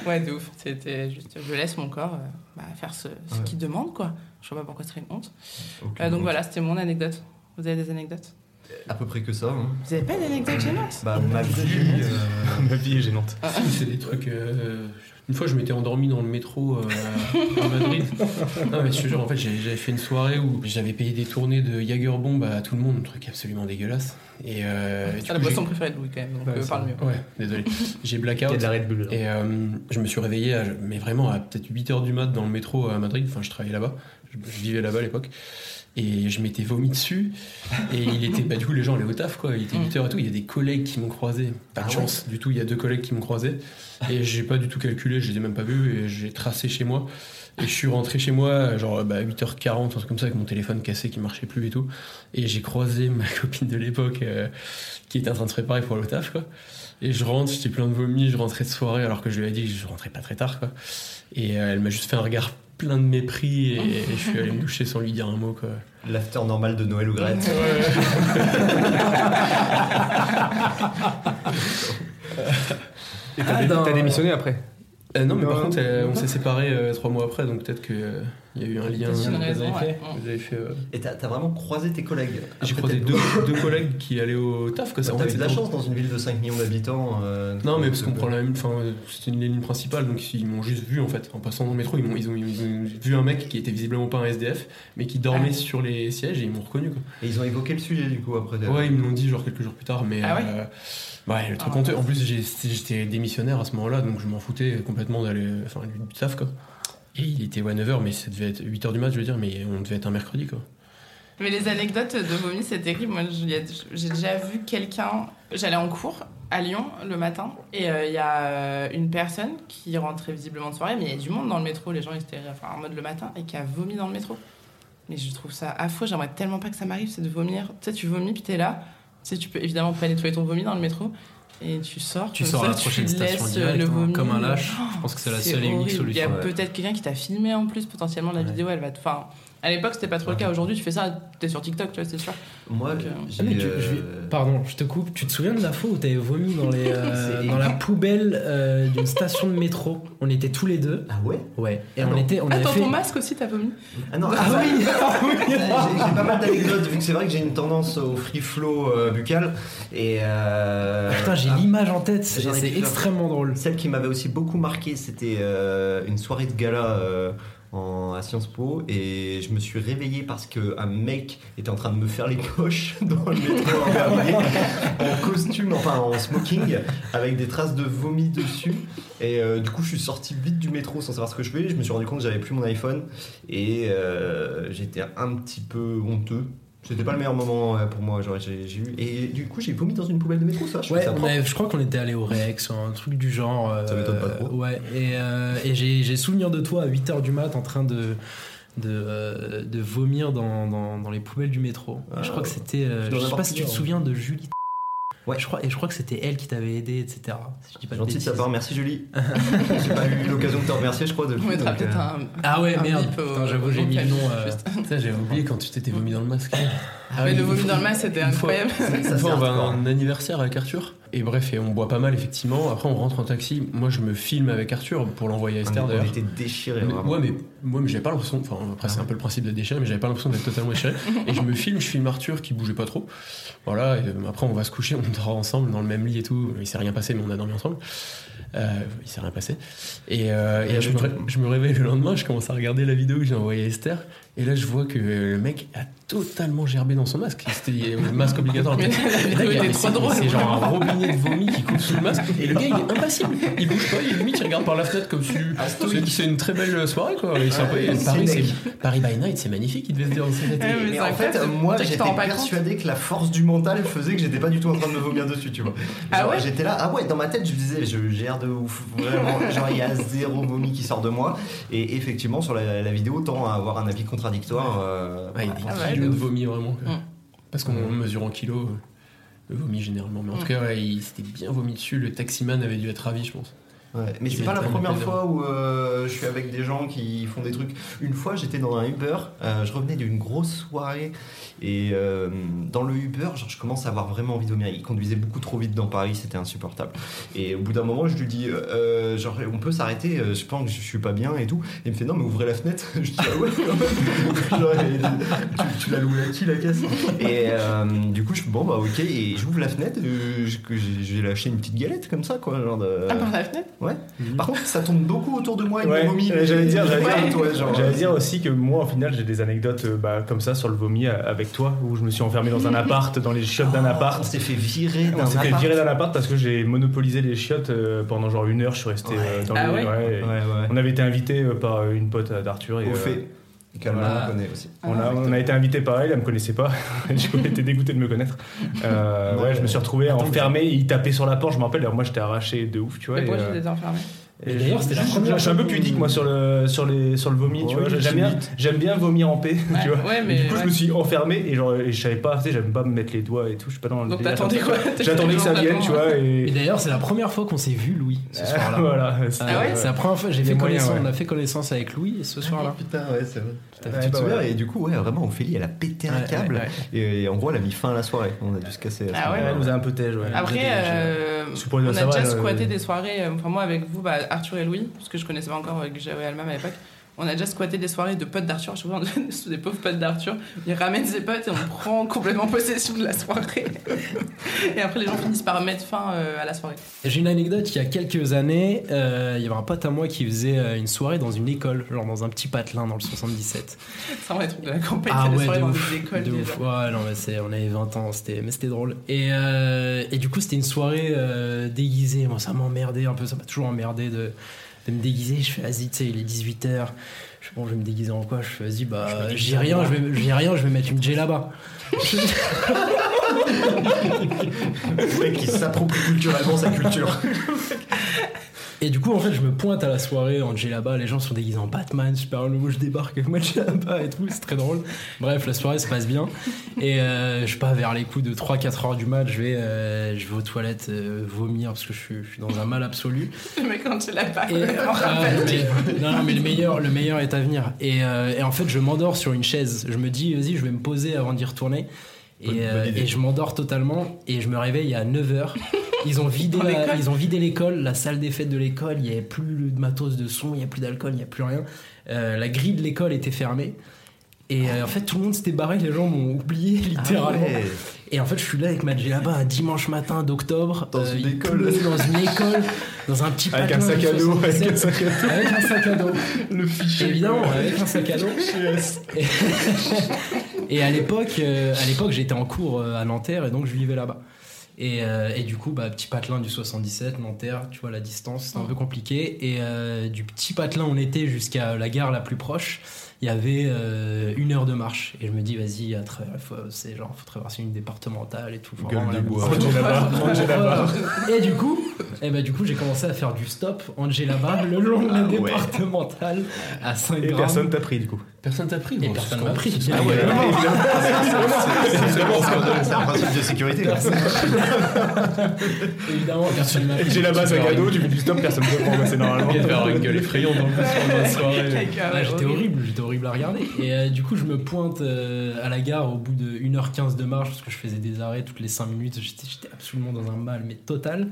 Ouais, de ouf. C'était juste, je laisse mon corps euh, bah, faire ce, ce
Ouais.
qu'il demande, quoi. Je vois pas pourquoi ce serait une honte.
Aucune
Euh, donc
honte.
voilà, c'était mon anecdote. Vous avez des anecôtes
À peu près que ça. hein.
Vous avez pas d'anecdote gênante
Bah, ma vie. euh,
Ma vie est gênante.
Ah.
Si, C'est des trucs. euh, Une fois, je m'étais endormi dans le métro euh, à Madrid. Non, mais je te jure, en fait, j'ai- j'avais fait une soirée où j'avais payé des tournées de Jagerbomb à tout le monde, un truc absolument dégueulasse. Et euh, du
C'est Ah, la
coup, j'ai-
boisson préférée de Louis, quand même, donc
Ouais,
euh,
ça-
parle mieux.
Ouais, désolé. J'ai blackout.
Il y a de la Red Bull. là.
Et euh, je me suis réveillé, à- mais vraiment à peut-être 8h du mat dans le métro à Madrid. Enfin, je travaillais là-bas. Je, je vivais là-bas à l'époque. Et je m'étais vomi dessus. Et il était. Bah, du coup, les gens allaient au taf, quoi. Il était 8h et tout. Il y a des collègues qui m'ont croisé. Pas de
Ah
chance du tout. Il y a deux collègues qui m'ont croisé. Et j'ai pas du tout calculé. Je les ai même pas vus. Et j'ai tracé chez moi. Et je suis rentré chez moi, genre bah, 8h40, un truc comme ça, avec mon téléphone cassé qui marchait plus et tout. Et j'ai croisé ma copine de l'époque euh, qui était en train de se préparer pour le taf, quoi. Et je rentre, j'étais plein de vomi, je rentrais de soirée alors que je lui ai dit que je rentrais pas très tard, quoi. Et euh, elle m'a juste fait un regard plein de mépris et, et je suis allé me doucher sans lui dire un mot, quoi.
L'after normal de Noël ou Grette.
Et t'as dé-
dans-
t'as démissionné après
Euh, non, mais
Ah, Non.
par contre, euh, on s'est séparés euh, trois mois après, donc peut-être qu'il y a eu un lien.
Peut-être
vous
une
avez
raison,
fait-
ouais.
vous avez fait, euh,
Et t'as t'as vraiment croisé tes collègues.
J'ai
Ah,
Après,
croisé
t'es-
deux, deux collègues qui allaient au taf,
Bah,
quoi. ça, on
T'as eu de la
était-
chance dans une ville de 5 millions d'habitants. euh,
Non, mais parce
de-
qu'on prend la même. Enfin, euh, c'était une ligne principale, donc ils m'ont juste vu en fait. En passant dans le métro, ils m'ont ils ont, ils ont vu un mec qui était visiblement pas un SDF, mais qui
Ah.
dormait sur les sièges et ils m'ont reconnu quoi.
Et ils ont évoqué le sujet du coup après.
Ouais, ils me l'ont dit genre quelques jours plus tard, mais.
Ah ouais
euh, Ouais, le truc
Ah.
honteux. En plus, j'ai- j'étais démissionnaire à ce moment-là, donc je m'en foutais complètement d'aller, enfin, du du taf, quoi. Et il était 9h, mais ça devait être 8h du match, je veux dire, mais on devait être un mercredi, quoi.
Mais les anecdotes de vomi, c'est terrible. Moi, je- il y a- j'ai déjà vu quelqu'un. J'allais en cours à Lyon le matin et euh, il y a euh, une personne qui rentrait visiblement de soirée, mais il y a du monde dans le métro. Les gens ils étaient enfin, en mode le matin et qui a vomi dans le métro. Mais je trouve ça affreux. J'aimerais tellement pas que ça m'arrive, c'est de vomir. Tu sais, tu vomis puis t'es là. Tu sais, tu peux évidemment pas nettoyer ton vomi dans le métro et tu sors.
Tu
comme
sors à
ça,
la prochaine
tu
station
laisses,
direct,
le
hein,
vomi. Oh,
comme un lâche. Je pense que c'est la seule et unique
horrible. Il y a
solution.
peut-être quelqu'un qui t'a filmé en plus, potentiellement la
Ouais.
vidéo, elle va te. Enfin, à l'époque, c'était pas trop le cas. Aujourd'hui, tu fais ça, t'es sur TikTok, tu vois, c'est sûr.
Moi,
Ok.
j'ai,
Ah, mais tu-
euh,
je vais- Pardon, je te coupe. Tu te souviens de la fois où t'avais vomi dans, les, euh, dans la poubelle euh, d'une station de métro On était tous les deux.
Ah ouais
Ouais. Et
Ah
on
non.
était. On avait
Attends,
fait...
ton masque aussi, t'as vomi.
Ah non,
Ah
ah
oui, ah oui.
J'ai j'ai pas mal d'anecdotes vu que c'est vrai que j'ai une tendance au free flow euh, buccal et euh,
Putain, j'ai
ah,
l'image en tête.
J'en ai
C'est
plus.
extrêmement drôle.
Celle qui m'avait aussi beaucoup marqué, c'était euh, une soirée de gala euh, en, à Sciences Po et je me suis réveillé parce que un mec était en train de me faire les poches dans le métro en Verviers, en costume, enfin en smoking, avec des traces de vomi dessus. Et euh, du coup, je suis sorti vite du métro sans savoir ce que je fais. Je me suis rendu compte que j'avais plus mon iPhone et euh, j'étais un petit peu honteux. C'était pas le meilleur moment euh, pour moi, genre j'ai j'ai eu. Et du coup, j'ai vomi dans une poubelle de métro, ça. Je trouve
Ouais,
ça
on
propre.
avait- je crois qu'on était allé au Rex, un truc du genre. euh,
Ça m'étonne pas trop.
Ouais, et, euh, et j'ai, j'ai souvenir de toi à 8h du mat en train de, de, euh, de vomir dans, dans, dans les poubelles du métro. Et je crois que c'était. euh,
Ah. Je dois
je sais
avoir
pas si tu te
plusieurs.
souviens de Julie.
hein. Ouais.
Je crois, et je crois que c'était elle qui t'avait aidé, etc. Si je dis pas de
Gentil de sa
bêtises.
part, merci Julie. J'ai pas eu l'occasion de te remercier, je crois, depuis.
On mettra
donc,
peut-être
euh,
un.
Ah ouais,
un
merde.
bip au-
Putain, j'avoue,
au
j'ai mis le
vocabulaire,
nom. euh,
juste.
Ça, j'avais oublié quand tu t'étais vomi dans le masque. Ah
Ouais,
oui,
le
une
vomi
fois-
dans le masque, c'était
une fois-
incroyable.
Ça,
Une
c'est
fois, on va à
hardcore.
ben, un anniversaire avec Arthur. Et bref, et on boit pas mal, effectivement. Après, on rentre en taxi. Moi, je me filme avec Arthur pour l'envoyer à Esther,
On
d'ailleurs.
était déchirés,
Mais-
vraiment.
ouais, mais moi, mais j'avais pas l'impression. Enfin, après, c'est un peu le principe de déchirer, mais j'avais pas l'impression d'être totalement déchiré. et je me filme, je filme Arthur qui bougeait pas trop. Voilà, et euh, après, on va se coucher, on dort ensemble dans le même lit et tout. Il s'est rien passé, mais on a dormi ensemble. Euh, il s'est rien passé. Et, euh, et
Il y a
je,
du
me,
tout.
ré- je me réveille le lendemain, je commence à regarder la vidéo que j'ai envoyée à Esther. Et là, je vois que euh, le mec a totalement gerbé dans son masque. C'était euh, le masque obligatoire.
Mais la vidéo
Le gars,
était
mais
trop
c'est-
drôle,
C'est genre un robinet de vomi qui coule sous le masque. Et le gars, il est impassible. Il bouge pas, il est limite, il regarde par la fenêtre comme si.
Ah,
C'est- C'est une très belle soirée, quoi. Et c'est un peu-
Ouais,
et
c'est
Paris,
une
c'est- Paris by Night, c'est magnifique. Il devait se dire dans ses
Ouais, mais
Mais
c'est
en fait,
incroyable.
moi,
Toi, tu
j'étais
t'en rends pas compte.
persuadé que la force du mental faisait que j'étais pas du tout en train de me vomir dessus, tu vois.
Ah
Genre,
ouais
J'étais là, ah ouais, dans ma tête, je me disais, je gère de ouf, vraiment. Genre, il y a zéro vomi qui sort de moi. Et effectivement, sur la, la vidéo, tend à avoir un avis contradictoire. euh,
Ouais, Ah, il y a
par
des
rapport à-
ah, ouais,
kilos
de
de
ouf.
vomi, vraiment. quoi.
Mm.
Parce qu'on mesure en kilos euh, le vomi généralement.
Mm.
Mais en tout cas, ouais, il s'était bien vomi dessus. Le taximan avait dû être ravi, je pense.
Ouais, mais
Je
c'est pas la
m'étonne,
première
évidemment.
fois où euh, je suis avec des gens qui font des trucs. Une fois, j'étais dans un Uber, euh, je revenais d'une grosse soirée et euh, dans le Uber, genre, je commence à avoir vraiment envie de vomir. Il conduisait beaucoup trop vite dans Paris, c'était insupportable. Et au bout d'un moment, je lui dis, euh, euh, genre, on peut s'arrêter, euh, je pense que je suis pas bien et tout. Et il me fait, non, mais ouvrez la fenêtre. je dis, ah ouais, quand même. Genre, il dit, tu, tu l'as loué à qui la caisse Et euh, du coup, je bon, bah ok, et j'ouvre la fenêtre, euh, je- que j'ai j'ai lâché une petite galette comme ça, quoi. Genre de...
Ah, par la fenêtre
Ouais. Par contre, ça tombe beaucoup autour de moi et
Ouais,
de vomi.
euh, j'allais dire, j'allais
Ouais,
dire,
toi, genre, euh,
J'allais dire aussi que moi, au final, j'ai des anecdotes euh, bah, comme ça sur le vomi euh, avec toi, où je me suis enfermé dans un appart, dans les chiottes d'un
On
appart.
s'est fait virer d'un
On s'est fait
appart.
virer d'un appart parce que j'ai monopolisé les chiottes euh, pendant genre une heure. Je suis resté euh, dans
Ah
le.
ouais
ouais, et
Ouais, ouais.
On avait été invité euh, par euh, une pote euh, d'Arthur. et,
Au
euh,
fait. Ah, Calme,
voilà.
on connaît aussi.
On a, on a été invité par elle, elle me connaissait pas. du coup, elle était dégoûtée de me connaître. Euh, ouais, je me suis retrouvé enfermé, il tapait sur la porte, je me rappelle. Alors moi, j'étais arraché de ouf, tu vois.
Et
et,
moi,
euh,
j'étais enfermée.
et
Et d'ailleurs,
je-
c'était la
je-
première
Je suis un peu
fois que-
pudique, moi, sur le, sur les, sur le vomi, tu
Ouais,
vois.
les
J'aime bien,
limites.
j'aime bien vomir en paix, tu vois.
ouais,
Et
mais
du coup,
ouais.
je me suis enfermé et genre, et je savais pas, tu sais, j'aime pas me mettre les doigts et tout. Je suis pas dans le.
Donc,
délire
t'attendais
comme ça.
quoi T'étais
J'attendais que ça
toujours
vienne, tu
là-dedans.
vois.
Et
Et
d'ailleurs, c'est la première fois qu'on s'est vu, Louis, ce soir-là.
voilà.
Ah
ouais
c'est la première fois, j'ai
Les
fait
moyens,
connaissance,
ouais.
on a fait connaissance avec Louis ce soir-là.
Putain, ouais, c'est vrai.
T'as
tu
fait-
te
bah
bah
souviens, et du coup, ouais, vraiment, Ophélie, elle a pété un
Ouais,
câble.
ouais, ouais.
Et, et en gros, elle a mis fin à la soirée. On a dû se casser. à ce
Ah ouais.
moment-là.
Elle nous a un peu tège, ouais.
Après, euh,
C'est pour
on
les
a
savales,
déjà
euh,
squatté
oui.
des soirées, euh, enfin moi avec vous, bah, Arthur et Louis, parce que je connaissais pas encore euh, que j'avais Alma à l'époque.
On a déjà squatté des soirées de potes d'Arthur, je vois, sous des pauvres potes d'Arthur. Il ramène ses potes et on prend complètement possession de la soirée. et après, les gens finissent par mettre fin euh, à la soirée.
J'ai une anecdote, il y a quelques années, euh, il y avait un pote à moi qui faisait euh, une soirée dans une école, genre dans un petit patelin dans le 77.
Ça, on les trucs de la campagne,
Ah
c'est des soirées dans des écoles.
de
déjà.
ouf. Ouais, non, mais c'est- on avait 20 ans, c'était, mais c'était drôle. Et, euh, et du coup, c'était une soirée euh, déguisée. Moi, ça m'emmerdait un peu, ça m'a toujours emmerdé de, de me déguiser. Je fais, vas-y, tu sais, il est 18h. Je fais, bon, je vais me déguiser en quoi Je fais, vas-y, bah, j'ai rien, je vais, j'ai rien, je vais mettre une J là-bas.
Le mec qui s'approprie culturellement sa culture.
Et du coup, en fait, je me pointe à la soirée en là-bas, les gens sont déguisés en Batman, super nouveau, je débarque avec ma là-bas et tout, c'est très drôle. Bref, la soirée se passe bien. Et euh, je sais pas, vers les coups de 3-4 heures du match, je vais, euh, je vais aux toilettes euh, vomir parce que je suis, je suis dans un mal absolu.
Le mec, quand tu l'as pas,
Et,
on rappelle.
Ah, mais- non, non, mais le meilleur, le meilleur est à venir. Et, euh, et en fait, je m'endors sur une chaise. Je me dis, vas-y, je vais me poser avant d'y retourner. Et, euh, et je m'endors totalement. Et je me réveille à 9h. Ils ont vidé, la- ils ont vidé l'école, la salle des fêtes de l'école. Il n'y avait plus de matos de son, il n'y a plus d'alcool, il n'y a plus rien. Euh, la grille de l'école était fermée. Et euh, en fait, tout le monde s'était barré, les gens m'ont oublié
Ah
littéralement. Et en fait, je suis là avec ma là-bas un dimanche matin d'octobre. euh,
Dans une
il
école.
pleut Dans une école, dans un petit
Avec un
patelin
sac
du
à dos, avec
77.
un sac à dos.
Avec un sac à dos.
Le fichier.
Évidemment, avec un sac à dos.
Yes.
Et, et à l'époque, euh, à l'époque, j'étais en cours euh, à Nanterre et donc je vivais là-bas. Et, euh, et du coup, bah, petit patelin du 77, Nanterre, tu vois la distance, c'était un
Mm.
peu compliqué. Et euh, du petit patelin, on était jusqu'à la gare la plus proche. Il y avait euh, une heure de marche. Et je me dis, vas-y, à travers, faut, c'est genre, faut traverser une départementale et tout. Faut
Gueule
vraiment
de
la-
bois.
et du coup, et bah, du coup, j'ai commencé à faire du stop Angela-Bas le long de la
Ah ouais.
départementale à 5
Et
grammes.
personne t'a pris du coup.
Personne t'a pris,
Et
gros,
personne
c'est
m'a
con.
pris.
Ah ouais,
Évidemment.
C'est c'est un principe de sécurité. quoi.
Évidemment, personne m'a pris.
J'ai la base à cadeau, tu fais du stop, personne ne peut prendre, c'est
Il devait avoir
normalement.
une gueule effrayante dans le bus pendant la soirée.
Avec, euh,
Ouais, j'étais horrible, j'étais horrible à regarder. Et euh, du coup, je me pointe euh, à la gare au bout de 1h15 de marche parce que je faisais des arrêts toutes les 5 minutes. J'étais j'étais absolument dans un mal, mais total.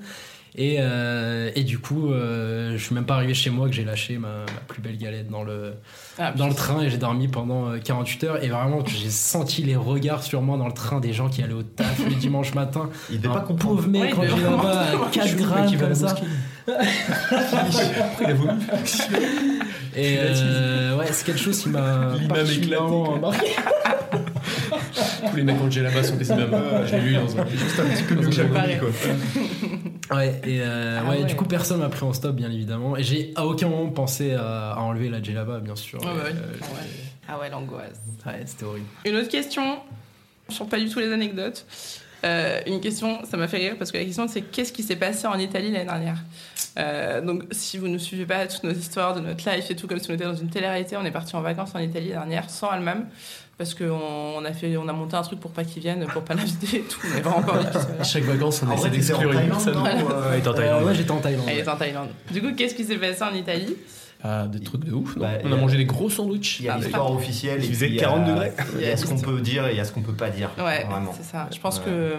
Et, euh, et du coup, euh, je suis même pas arrivé chez moi que j'ai lâché ma, ma plus belle galette dans le,
Ah,
dans le train et j'ai dormi pendant euh, 48 heures. Et vraiment, j'ai senti les regards sur moi dans le train des gens qui allaient au taf le dimanche matin.
Il
Hein.
devait
Un
pas comprendre.
pauvre mec
Ouais, il
quand
devait
j'ai
vraiment
là-bas à 4 grammes comme ça.
Il a vomi.
Et euh, ouais, c'est quelque chose qui m'a
L'imam
particulièrement
éclaté,
marqué.
Tous les mecs qu'on j'ai là-bas sont des imams. Ah, J'ai lu dans un. Juste un petit peu
mieux que j'avais oublié, quoi.
Ouais, et euh,
Ah
ouais,
ouais.
du coup, personne m'a pris en stop, bien évidemment. Et j'ai à aucun moment pensé à, à enlever la djellaba, bien sûr.
Ah ouais,
Et, euh,
ah ouais. Ah ouais, l'angoisse.
ouais, c'était horrible.
Une autre question, je sens pas du tout les anecdotes. Euh, une question, ça m'a fait rire parce que la question c'est qu'est-ce qui s'est passé en Italie l'année dernière Euh, Donc si vous ne suivez pas toutes nos histoires de notre life et tout comme si on était dans une télé-réalité, on est parti en vacances en Italie l'année dernière sans Almam parce qu'on on a fait, on a monté un truc pour pas qu'il vienne, pour pas l'inviter et tout. On est vraiment pas envie qu'il soit là.
Chaque vacances, on
En vrai, t'étais
essaie
en
d'exclure une
Thaïlande,
personne.
non Ou, euh,
en
Euh, ouais, j'étais en Thaïlande.
Elle est en Thaïlande. Du coup, qu'est-ce qui s'est passé en Italie
Ah, des trucs de ouf, non
Bah,
On
il y
a
a-
mangé des gros sandwichs.
Il y a l'histoire officielle.
Il
et
faisait
puis il y a-
40 degrés.
Il y a ce qu'on peut dire et il y a ce qu'on peut pas dire.
Ouais,
Vraiment.
c'est ça. Je pense
Ouais.
que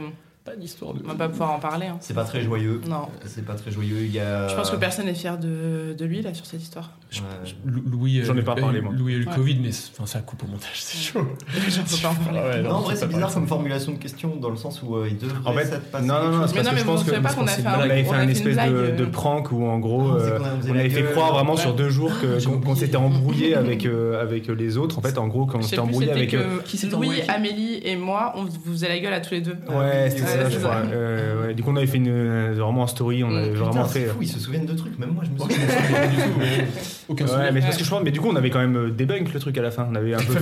Pas d'histoire de.
on va pas pouvoir en parler. hein.
C'est pas très joyeux.
Non.
C'est pas très joyeux. Il y a.
Je pense que personne n'est fier de, de lui là sur cette histoire.
Ouais.
Lou- Louis,
J'en ai pas
euh,
parlé, moi.
Louis a eu le
Ouais.
Covid, mais c'est- enfin, ça coupe au montage, c'est chaud.
J'en peux pas en parler.
Non, en vrai, c'est bizarre comme formulation de question dans le sens où euh, il devrait
En fait,
s'être passé
non, non,
quelque chose.
non, c'est parce que
Mais non, mais
je
vous
pense que
savez pas qu'on a
c'est
fait un-
on avait
on
fait
a fait
un
une
espèce
blague,
de,
euh,
de prank où en gros
Ah, c'est
euh,
qu'on a- vous
on
avez
avait fait
gueule.
croire vraiment
Ouais.
sur deux jours que-
j'ai
qu'on qu'on
oublié.
s'était embrouillé avec, euh, avec les autres. En fait, en gros, quand on
Je sais
s'était
plus,
embrouillé
c'était
avec. euh,
que
qui s'est
Louis,
embrouillé avec qui
Amélie et moi, on vous faisait la gueule à tous les deux.
Ouais, c'était
Ouais,
ça,
c'est
je crois.
ça.
Euh, ouais. Du coup, on avait fait une, euh, vraiment en story, on
Mm.
avait
Putain,
vraiment
c'est
fait.
fou, ils se souviennent de trucs. Même moi, je me souviens.
Aucun
Ouais,
souvenir.
mais c'est parce que je pense, mais du coup, on avait quand même euh, débunk le truc à la fin. On avait un peu.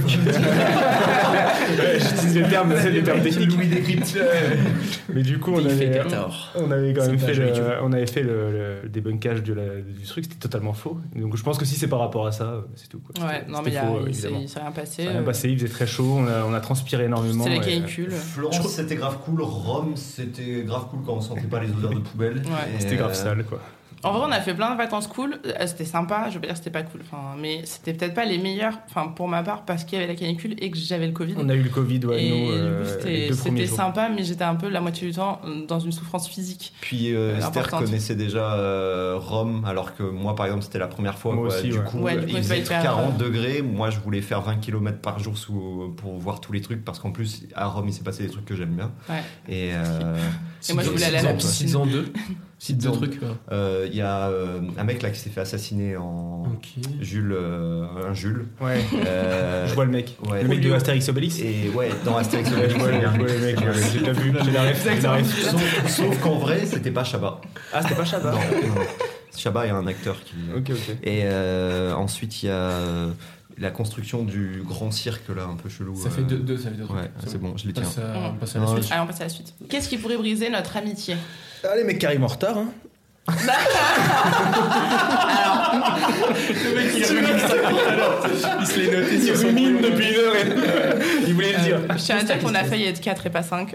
Ouais, J'utilise le terme, c'est le terme technique.
Louis décrypte.
Mais du coup, on avait,
Tort.
on avait quand
C'est
même
pas
fait
joli,
le,
tu vois.
on avait fait le, le débunkage de la- du truc, c'était totalement faux. Donc je pense que si c'est par rapport à ça, euh, c'est tout. Quoi.
Ouais,
C'était-
non,
c'était
mais il y a-
faux, euh,
il s'est
évidemment.
il s'est rien passé.
Ça a rien
euh,
passé, il faisait très chaud, on a, on a transpiré énormément.
C'était les
et-
canicules.
Florence, c'était grave cool. Rome, c'était grave cool quand on sentait pas les odeurs de poubelle.
Ouais.
Et,
C'était grave
euh,
sale, quoi.
En vrai, on a fait plein de vacances cool. Euh, C'était sympa, je veux pas dire que c'était pas cool. Enfin, mais c'était peut-être pas les meilleurs, enfin, pour ma part, parce qu'il y avait la canicule et que j'avais le Covid.
On a eu le Covid, ouais,
et
nous, euh,
du coup,
les
c'était
deux premiers
c'était
jours.
sympa, mais j'étais un peu la moitié du temps euh, dans une souffrance physique.
Puis euh,
Euh,
Esther
importante.
connaissait déjà euh, Rome, alors que moi, par exemple, c'était la première fois.
Moi
quoi.
aussi,
du,
ouais.
coup,
Ouais, du coup,
il
il fallait
faisait
faire, euh,
40 degrés. Moi, je voulais faire 20 km par jour sous, pour voir tous les trucs, parce qu'en plus, à Rome, il s'est passé des trucs que j'aime bien.
Ouais.
Et euh,
Et moi, je voulais aller à la piscine.
en deux. Cite deux
Dans-
trucs. quoi.
euh, il y a euh, un mec là qui s'est fait assassiner en.
Ok.
Jules, euh, un Jules.
Ouais.
Euh,
Je vois le mec.
ouais.
Le mec de Astérix Obélix.
Et ouais, dans Astérix
Ouais, je vois le-
Obélix,
je vois le mec, ouais, j'ai déjà vu, j'ai la ref, j'ai la ref.
Sauf, sauf qu'en vrai, c'était pas Chabat.
Ah, c'était pas
Non,
Chabat.
non. Chabat est un acteur qui.
Ok, ok.
Et euh, ensuite, il y a euh, la construction du grand cirque là, un peu chelou.
Ça
euh,
fait deux, deux, ça fait deux trucs.
Ouais, c'est bon, je les
On
tiens. Ah,
passe à, on passe à la
Non,
suite.
je-
Allez, on passe à la suite. Qu'est-ce qui pourrait briser notre amitié
Ah, les mecs qui arrivent en retard, hein.
Il se l'est noté sur son Ah. mine depuis une heure et il voulait le dire.
Euh,
Je tiens à dire qu'on a failli être 4 et pas 5.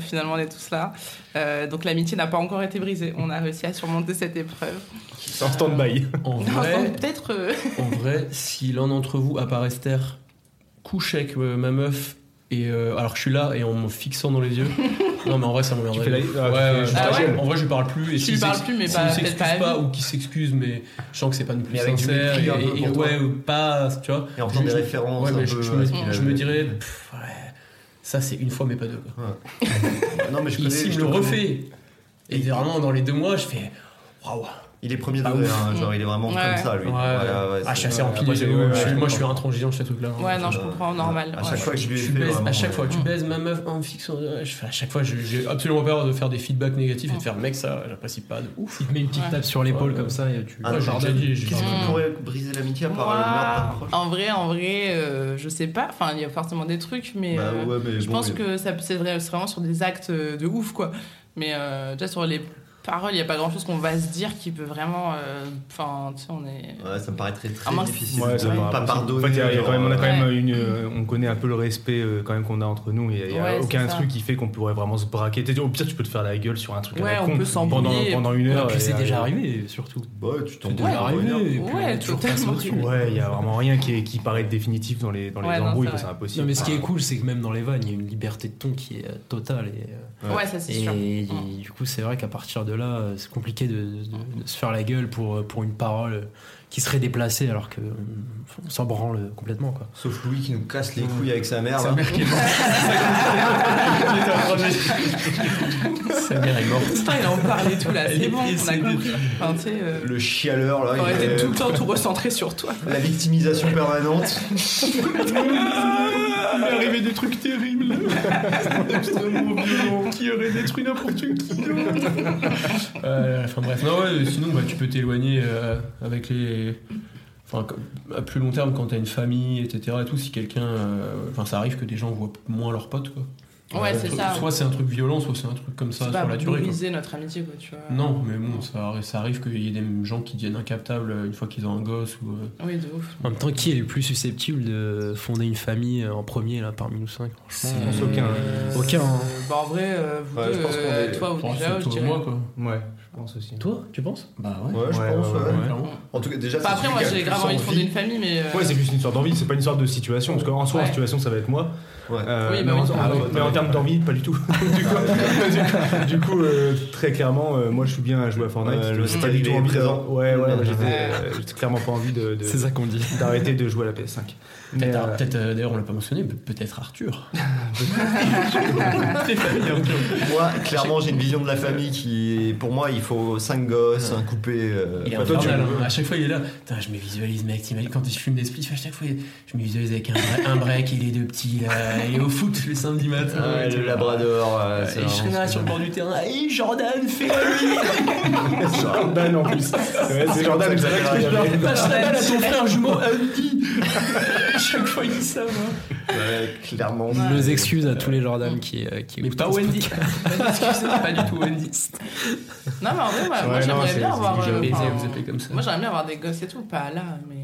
finalement, on est tous là. Euh, donc l'amitié n'a pas encore été brisée. On a réussi à surmonter cette épreuve.
C'est en stand-by.
En
Non,
vrai,
Peut-être. euh,
en vrai, si l'un d'entre vous, à part Esther, couche avec euh, ma meuf, et euh, alors que je suis là, et en me fixant dans les yeux. non, mais en vrai, ça m'emmerderait.
Tu fais la-
de ouf.
ah, tu fais- je
ouais,
Ah
ouais,
ouais
En vrai, je lui parle plus. Et
Tu
s'il
lui parles
s'ex-
plus, mais
s'il
pas-
s'excuse
peut-être pas à
pas,
vie.
ou qu'il s'excuse, mais je sens que c'est pas une plus
Mais avec du
sincère.
mépris un
et-
peu
et-
pour
et
toi.
ouais, ou pas, tu vois.
Et en faisant
Je-
des
je-
références.
Ouais, mais
un
je,
peu
je
à
me,
ce qu'il
je
avait.
me dirais, pff, ouais, ça c'est une fois mais pas deux. Quoi.
Non, mais je
Et
connais.
s'il
je
me
te
le
connais.
refait, et vraiment dans les deux mois, je fais, waouh.
Il est premier
Ah,
degré,
ouf.
hein, genre il est vraiment
Ouais,
comme
ouais.
ça lui.
Ouais,
Voilà, ouais,
ah, je suis assez
c'est-
rampigné.
ouais,
je-
ouais,
je-
ouais,
moi,
je
je suis intransigeant sur ce truc-là. hein.
Ouais, non, je comprends, normal.
À chaque
Ouais.
fois que je lui ai
Tu
fait.
baises,
vraiment,
à chaque fois,
euh,
tu
Mmh.
baises ma meuf en me fixant. Je fais à chaque fois, je- j'ai absolument peur de faire des feedbacks négatifs
Mmh.
et de faire mec, ça, j'apprécie pas de ouf.
Il te met une petite
Ouais.
tape sur l'épaule
Ouais.
comme ça et tu.
Ah,
Ouais,
non,
j'ai
j'ai
déjà dit, j'ai
Qu'est-ce
déjà
qui
dit.
pourrait briser l'amitié à part
Moi,
le merde d'approche
en vrai, en vrai, euh, je sais pas. Enfin, il y a forcément des trucs, mais,
Bah
euh,
ouais, mais
je
bon,
pense
mais-
que ça c'est vrai, c'est vraiment sur des actes euh, de ouf, quoi. Mais euh, déjà sur les paroles, il y a pas grand-chose qu'on va se dire qui peut vraiment. euh, Enfin, tu sais, on est.
Ouais, ça me paraît très très
Ah, moi,
difficile
Ouais, ça
de
me
pas
rappelle.
pardonner.
En fait, il y a- il y a quand même- on a quand
genre,
même une, euh, on connaît un peu le respect euh, quand même qu'on a entre nous. Il y a- Il y a
Ouais, c'est
aucun
ça.
truc qui fait qu'on pourrait vraiment se braquer. T'es- Au pire, tu peux te faire la gueule sur un truc à
Ouais,
la
on
con
peut
pendant,
s'embrouiller.
pendant une
Ouais,
heure.
puis
et,
c'est
euh,
déjà arrivé, surtout.
Bah, tu t'en
C'est
bouges
déjà
pour une heure.
arrivé, et puis on
Ouais,
est toujours passé
totalement.
au-dessus.
Ouais, il y a vraiment rien qui, est- qui paraît définitif dans les, dans les
Ouais, non,
embrouilles.
c'est
quoi, C'est
vrai.
impossible.
Non, mais ce qui est cool, c'est que même dans les vannes, il y a une liberté de ton qui est euh, totale. Et, euh,
Ouais, ça c'est sûr.
et il- du coup, c'est vrai qu'à partir de là, euh, c'est compliqué de, de- de se faire la gueule pour, euh, pour une parole euh, qui serait déplacée alors qu'on on, s'en branle complètement. Quoi.
Sauf Louis qui nous casse les couilles avec sa mère.
Sa
là.
mère qui est morte. hein. Sa mère est morte.
Putain, il en parle et tout là, c'est bon, on a compris. Enfin, tu sais, euh,
Le chialeur là.
on
il
était
est-
tout le temps tout recentré sur toi.
La victimisation permanente.
Il m'est arrivé des trucs terribles, extrêmement violents, qui auraient détruit n'importe qui. Euh, enfin bref, non, ouais, sinon bah, tu peux t'éloigner euh, avec les. Enfin, à plus long terme, quand t'as une famille, etc. Et tout, si quelqu'un. euh, Enfin, ça arrive que des gens voient moins leurs potes, quoi.
Ouais, c'est
Soit-
ça.
Soit c'est un truc violent, soit c'est un truc comme ça
C'est
sur
pas
la durée. quoi.
briser notre amitié, quoi, tu vois.
Non, mais bon, ça, arri- ça arrive qu'il y ait des gens qui deviennent incaptables euh, une fois qu'ils ont un gosse ou. euh,
Oui, de ouf.
En même temps, qui est le plus susceptible de fonder une famille euh, en premier là, parmi nous cinq
Je
franchement,
pense
euh,
aucun.
Aucun. hein.
Bah, en vrai, euh, vous
Ouais, je
deux,
pense qu'on
euh,
est-
toi ou
enfin,
déjà,
c'est
je
toi ou
dirais.
moi, quoi.
Ouais, je pense aussi.
Toi, tu penses
Bah ouais.
Ouais, je
Ouais,
pense.
ouais,
ouais.
ouais.
clairement.
En tout cas, déjà.
Bah,
c'est
après,
celui
moi,
qui a
j'ai
le
grave
plus
envie de fonder
envie.
une famille, mais. euh,
Ouais, c'est juste une sorte d'envie, c'est pas une sorte de situation. Parce qu'en soi,
Ouais.
en situation, ça va être moi.
Ouais.
Euh,
Oui, bah
mais, en-
oui.
ah ouais, mais en termes d'envie, pas du tout. du coup, du coup, euh, très clairement, euh, moi je suis bien à jouer à Fortnite.
Ouais,
J'ai
le
pas
style,
du
il
tout
est
envie de-
présent.
Ouais, ouais,
Ouais.
j'étais euh, j'étais clairement pas envie de, de-
C'est ça qu'on dit.
d'arrêter de jouer à la PS5. Mais,
Peut-être,
euh,
peut-être, euh, d'ailleurs, on l'a pas mentionné, mais peut-être Arthur.
Moi, clairement, j'ai une vision de la famille qui. est- Pour moi, il faut 5 gosses, un coupé. euh,
Il est
Bah,
toi, tu-
infernal, hein. à chaque fois il est là. Putain, je me visualise, mec. T'imagines quand je fume des splits, à chaque fois il- je me visualise avec un, bre- un break et les deux petits là. Et au foot le samedi matin.
Ah
Ouais,
et tout.
le labrador.
Ouais,
euh, c'est
et je serais
vraiment
là sur le bord du terrain. Hey Jordan, fais-le
Jordan en plus. Ouais, c'est Jordan,
comme ça
c'est
que
vrai que
ça va,
je
Passe la balle à ton frère jumeau Andy. À chaque fois hein. il dit ça, moi.
Ouais, clairement.
Nos excuses à tous les Jordan qui, euh, qui
Mais
écoutent
pas
ce
Wendy.
podcast.
Excusez-moi, pas du tout Wendy.
Non, mais en vrai, moi, moi,
Ouais, non,
j'aimerais
c'est-
bien
c'est
avoir.
du
euh,
Vous
enfin,
vous appelez comme ça.
Moi, j'aimerais bien avoir des gosses et tout, pas là, mais. euh,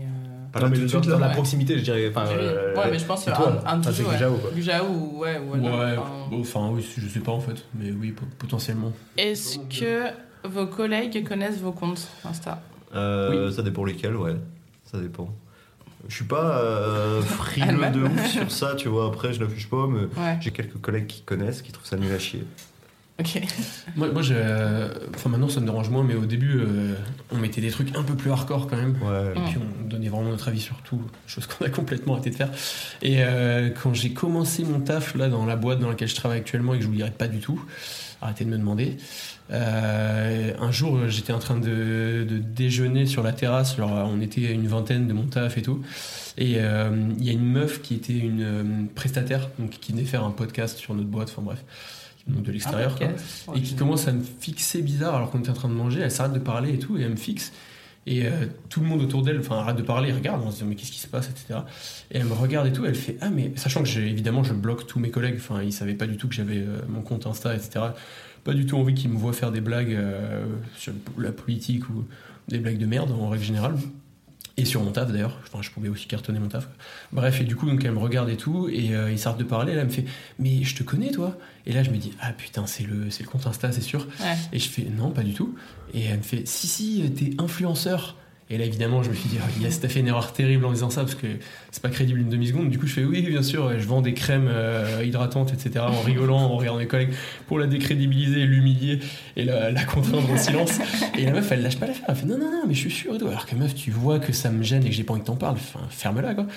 Pas
Non,
là
mais
tout de
dans,
suite,
dans
là.
la
ouais.
proximité, je dirais. Enfin, euh,
ouais, mais je pense
et
un,
toi
un
Enfin,
petit
c'est
peu.
que
ouais.
Jao, quoi.
Du Jao, ouais, ou alors,
Ouais,
enfin.
bon, enfin oui, je sais pas en fait, mais oui, po- potentiellement.
Est-ce que
Vos collègues connaissent vos comptes Insta.
Euh, Ça dépend lesquels, ouais. Ça dépend. Je suis pas euh, frileux
Allemand.
de ouf sur ça, tu vois. Après, je l'affiche pas, mais
Ouais.
j'ai quelques collègues qui connaissent, qui trouvent ça nul à chier.
Ok.
Moi, moi j'ai, euh, enfin maintenant ça me dérange moins, mais au début euh, on mettait des trucs un peu plus hardcore quand même.
Ouais.
Et puis on donnait vraiment notre avis sur tout, chose qu'on a complètement arrêté de faire. Et euh, quand j'ai commencé mon taf là dans la boîte dans laquelle je travaille actuellement et que je vous dirai pas du tout, arrêtez de me demander. euh, un jour euh, j'étais en train de, de déjeuner sur la terrasse, alors euh, on était une vingtaine de mon taf et tout. Et euh, il y a une meuf qui était une euh, prestataire, donc qui venait faire un podcast sur notre boîte, enfin bref, donc de l'extérieur. quoi
podcast.
et qui commence à me fixer bizarre alors qu'on était en train de manger, elle s'arrête de parler et tout, et elle me fixe. Et euh, tout le monde autour d'elle, enfin, arrête de parler, regarde, on se dit, mais qu'est-ce qui se passe, etc. Et elle me regarde et tout, elle fait, ah, mais, sachant que j'ai, évidemment, je bloque tous mes collègues, enfin, ils savaient pas du tout que j'avais euh, mon compte Insta, etc. Pas du tout envie qu'ils me voient faire des blagues euh, sur la politique ou des blagues de merde, en règle générale. Et sur mon taf d'ailleurs, enfin, je pouvais aussi cartonner mon taf. Bref, et du coup, donc elle me regarde et tout, et euh, il s'arrête de parler, elle me fait Mais je te connais toi Et là, je me dis Ah putain, c'est le, c'est le compte Insta, c'est sûr.
Ouais.
Et je fais Non, pas du tout. Et elle me fait Si, si, euh, t'es influenceur. Et là, évidemment, je me suis dit Ah, Yes, t'as fait une erreur terrible en disant ça, parce que c'est pas crédible une demi-seconde. Du coup, je fais Oui, bien sûr, je vends des crèmes euh, hydratantes, etc., en rigolant, en regardant mes collègues, pour la décrédibiliser, l'humilier et la, la contraindre au silence. Et la meuf, elle lâche pas l'affaire. Elle fait non, non, non, mais je suis sûr et tout. Alors que meuf, tu vois que ça me gêne et que j'ai pas envie que t'en parles. Enfin, ferme-la, quoi.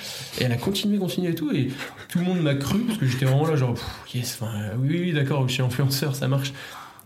Et elle a continué, continué et tout. Et tout le monde m'a cru parce que j'étais vraiment là, genre, Pff, yes, enfin, euh, oui, oui, d'accord, je suis influenceur, ça marche.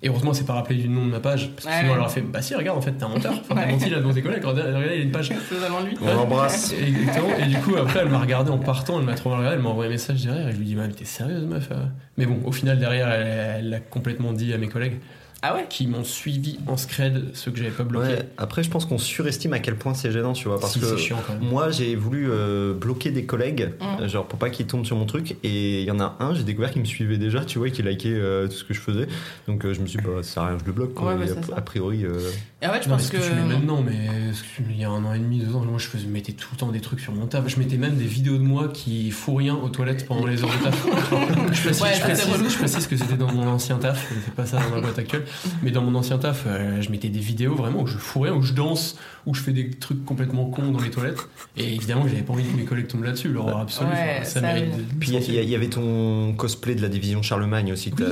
Et heureusement, c'est pas rappelé du nom de ma page. Parce que
Ouais,
sinon,
ouais.
elle aurait fait, bah si, regarde, en fait, t'es un menteur. Enfin,
Ouais.
t'as menti là devant tes collègues. Regarde, regarde, il y a une page.
C'est totalement lui.
On l'embrasse.
Et- Exactement. Et du coup, après, elle m'a regardé en partant, elle m'a trop mal regardé, elle m'a envoyé un message derrière et je lui dis, mais t'es sérieuse, meuf euh Mais bon, au final, derrière, elle elle l'a complètement dit à mes collègues
Ah ouais
qui m'ont suivi en scred, ceux que j'avais pas bloqué.
Ouais, après, je pense qu'on surestime à quel point c'est gênant, tu vois. Parce
Si,
que
c'est chiant, quand même.
moi, j'ai voulu euh, bloquer des collègues,
Mm.
euh, genre pour pas qu'ils tombent sur mon truc. Et il y en a un, j'ai découvert qu'il me suivait déjà, tu vois, et qu'il likait euh, tout ce que je faisais. Donc euh, je me suis dit, bah, ça sert à rien, je le bloque. quoi.
Ouais, bah,
Et a,
c'est ça.
a priori. euh,
Et en fait, je
Non, mais
pense
ce que,
que.
tu mets maintenant, mais ce que- il y a un an et demi, deux ans, moi je faisais, mettais tout le temps des trucs sur mon taf. Je mettais même des vidéos de moi qui fous rien aux toilettes pendant les heures de taf. je, précise,
Ouais, ça,
je, précise,
c'est relou.
je précise que c'était dans mon ancien taf, je fais pas ça dans ma boîte actuelle, mais dans mon ancien taf, euh, je mettais des vidéos vraiment où je fous rien, où je danse, où je fais des trucs complètement cons dans les toilettes. Et évidemment, j'avais pas envie que mes collègues tombent là-dessus, l'horreur absolue.
Ouais,
Enfin, ça
ça,
mérite
oui.
de-
Puis il y a- il y, a- il y avait ton cosplay de la division Charlemagne aussi. t'as-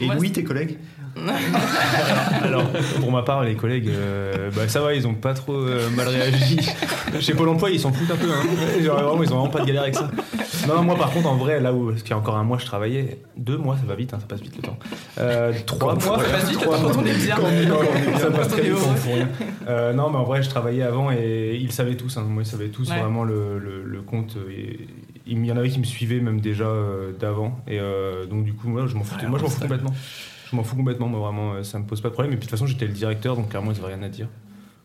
et Louis, tes collègues
Alors, pour ma part, les collègues, euh, bah, ça va, ils ont pas trop euh, mal réagi. Chez Pôle emploi, ils s'en foutent un peu. hein. Genre, vraiment, ils ont vraiment pas de galère avec ça. Non, non, moi, par contre, en vrai, là où, parce qu'il y a encore un mois, je travaillais. Deux mois, ça va vite, hein, ça passe vite le temps. Euh, trois mois.
Ça passe vite,
trois
attends,
mois.
quand on est bien.
Quand on est bien, quand on est bien, ça passe
Quand on
très
est
vite,
heureux.
on fout rien. Euh, non, mais en vrai, je travaillais avant et ils savaient tous. hein, moi, ils savaient tous
Ouais.
vraiment le, le- le compte. euh, et il y en avait qui me suivaient même déjà euh, d'avant. Et euh, donc, du coup, moi, je m'en foutais.
Ouais,
moi, je m'en
on
fous
sait.
complètement. Je m'en fous complètement. Moi, vraiment, euh, ça me pose pas de problème. Et puis, de toute façon, j'étais le directeur, donc clairement, ils avaient rien à dire.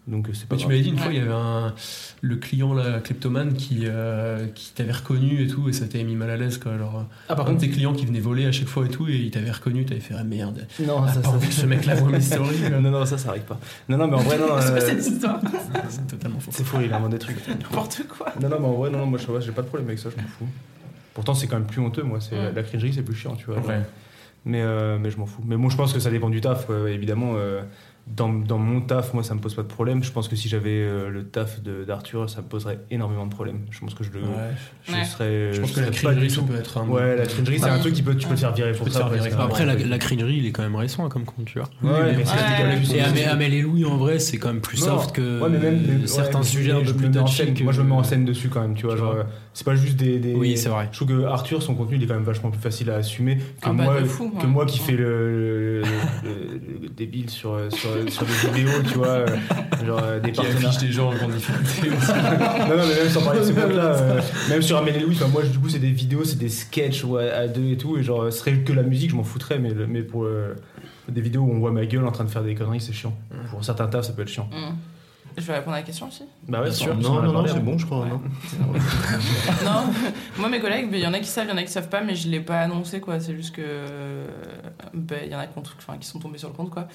Donc, euh, c'est pas
Mais tu
grave.
m'avais dit une fois, il y avait un, le client, là, kleptomane, qui, euh, qui t'avait reconnu et tout, et ça t'avait mis mal à l'aise. Quoi. Alors,
Ah,
par contre, tes clients qui venaient voler à chaque fois et tout, et ils t'avaient reconnu, t'avais fait Ah merde,
Non,
ah,
ça,
pas
ça,
envie que ce mec-là voit mes stories. quoi.
non, non, ça, ça arrive pas. Non, non, mais en vrai, non.
C'est
euh,
quoi cette histoire
C'est totalement faux.
c'est fou, il invente des trucs.
N'importe quoi.
Non, non, mais en vrai, non, non, moi, je- j'ai pas de problème avec ça, je m'en fous. Pourtant, c'est quand même plus honteux, moi. C'est, La cringerie, c'est plus chiant, tu vois.
Ouais.
Mais, euh, mais je m'en fous. Mais bon, je pense que ça dépend du taf, quoi. évidemment. euh, dans, dans mon taf, moi, ça me pose pas de problème. Je pense que si j'avais euh, le taf de- d'Arthur, ça me poserait énormément de problèmes. Je pense que je le.
Ouais.
Je,
Ouais.
serais,
Je pense que
serais
la
pas
crinerie,
du
ça
tout-
peut être un. Ah,
Ouais, la cringerie, c'est un truc qui peut, tu peux te faire virer pour
peux te
ça.
faire
parce
virer.
que-
Après,
Après,
la-
la,
la
crinerie, il est quand même récent comme compte, tu vois.
Ouais, mais
Et
c'est- Ouais.
Amel, Amel et Louis, en vrai, c'est quand même plus
Non.
soft que
Ouais, mais même- mais- ouais,
certains
mais je
sujets un
me-
peu
je
plus
me mets en
touchy.
scène-
que-
Moi, je me mets en scène dessus quand même, tu vois.
Tu
genre,
vois.
euh, c'est pas juste des. des-
Oui, c'est vrai.
Je trouve que Arthur, son contenu, il est quand même vachement plus facile à assumer que
Ah bah,
moi,
de fou,
que
ouais.
moi qui fais le, le- le- le débile sur, euh, sur, sur des vidéos, tu vois, euh, genre euh, des
Qui affiche
partenaires.
des gens en grande difficulté aussi.
Non, non, mais même sans parler de ce compte-là, euh, même sur Amélie Louis, enfin, moi, du coup, c'est des vidéos, c'est des sketchs ouais, à deux et tout, et genre, euh, ce serait que la musique, je m'en foutrais, mais, le- mais pour euh, des vidéos où on voit ma gueule en train de faire des conneries, c'est chiant. Pour certains tafs, ça peut être chiant.
Hum. Je vais répondre à la question aussi.
Bah ouais,
Bien
c'est
sûr.
sûr.
Non, non, non, c'est bon, je crois. non.
Non, moi mes collègues, ben, il y en a qui savent, il y en a qui savent pas, mais je l'ai pas annoncé quoi. C'est juste que euh, ben, il y en a qui, ont- enfin, qui sont tombés sur le compte quoi.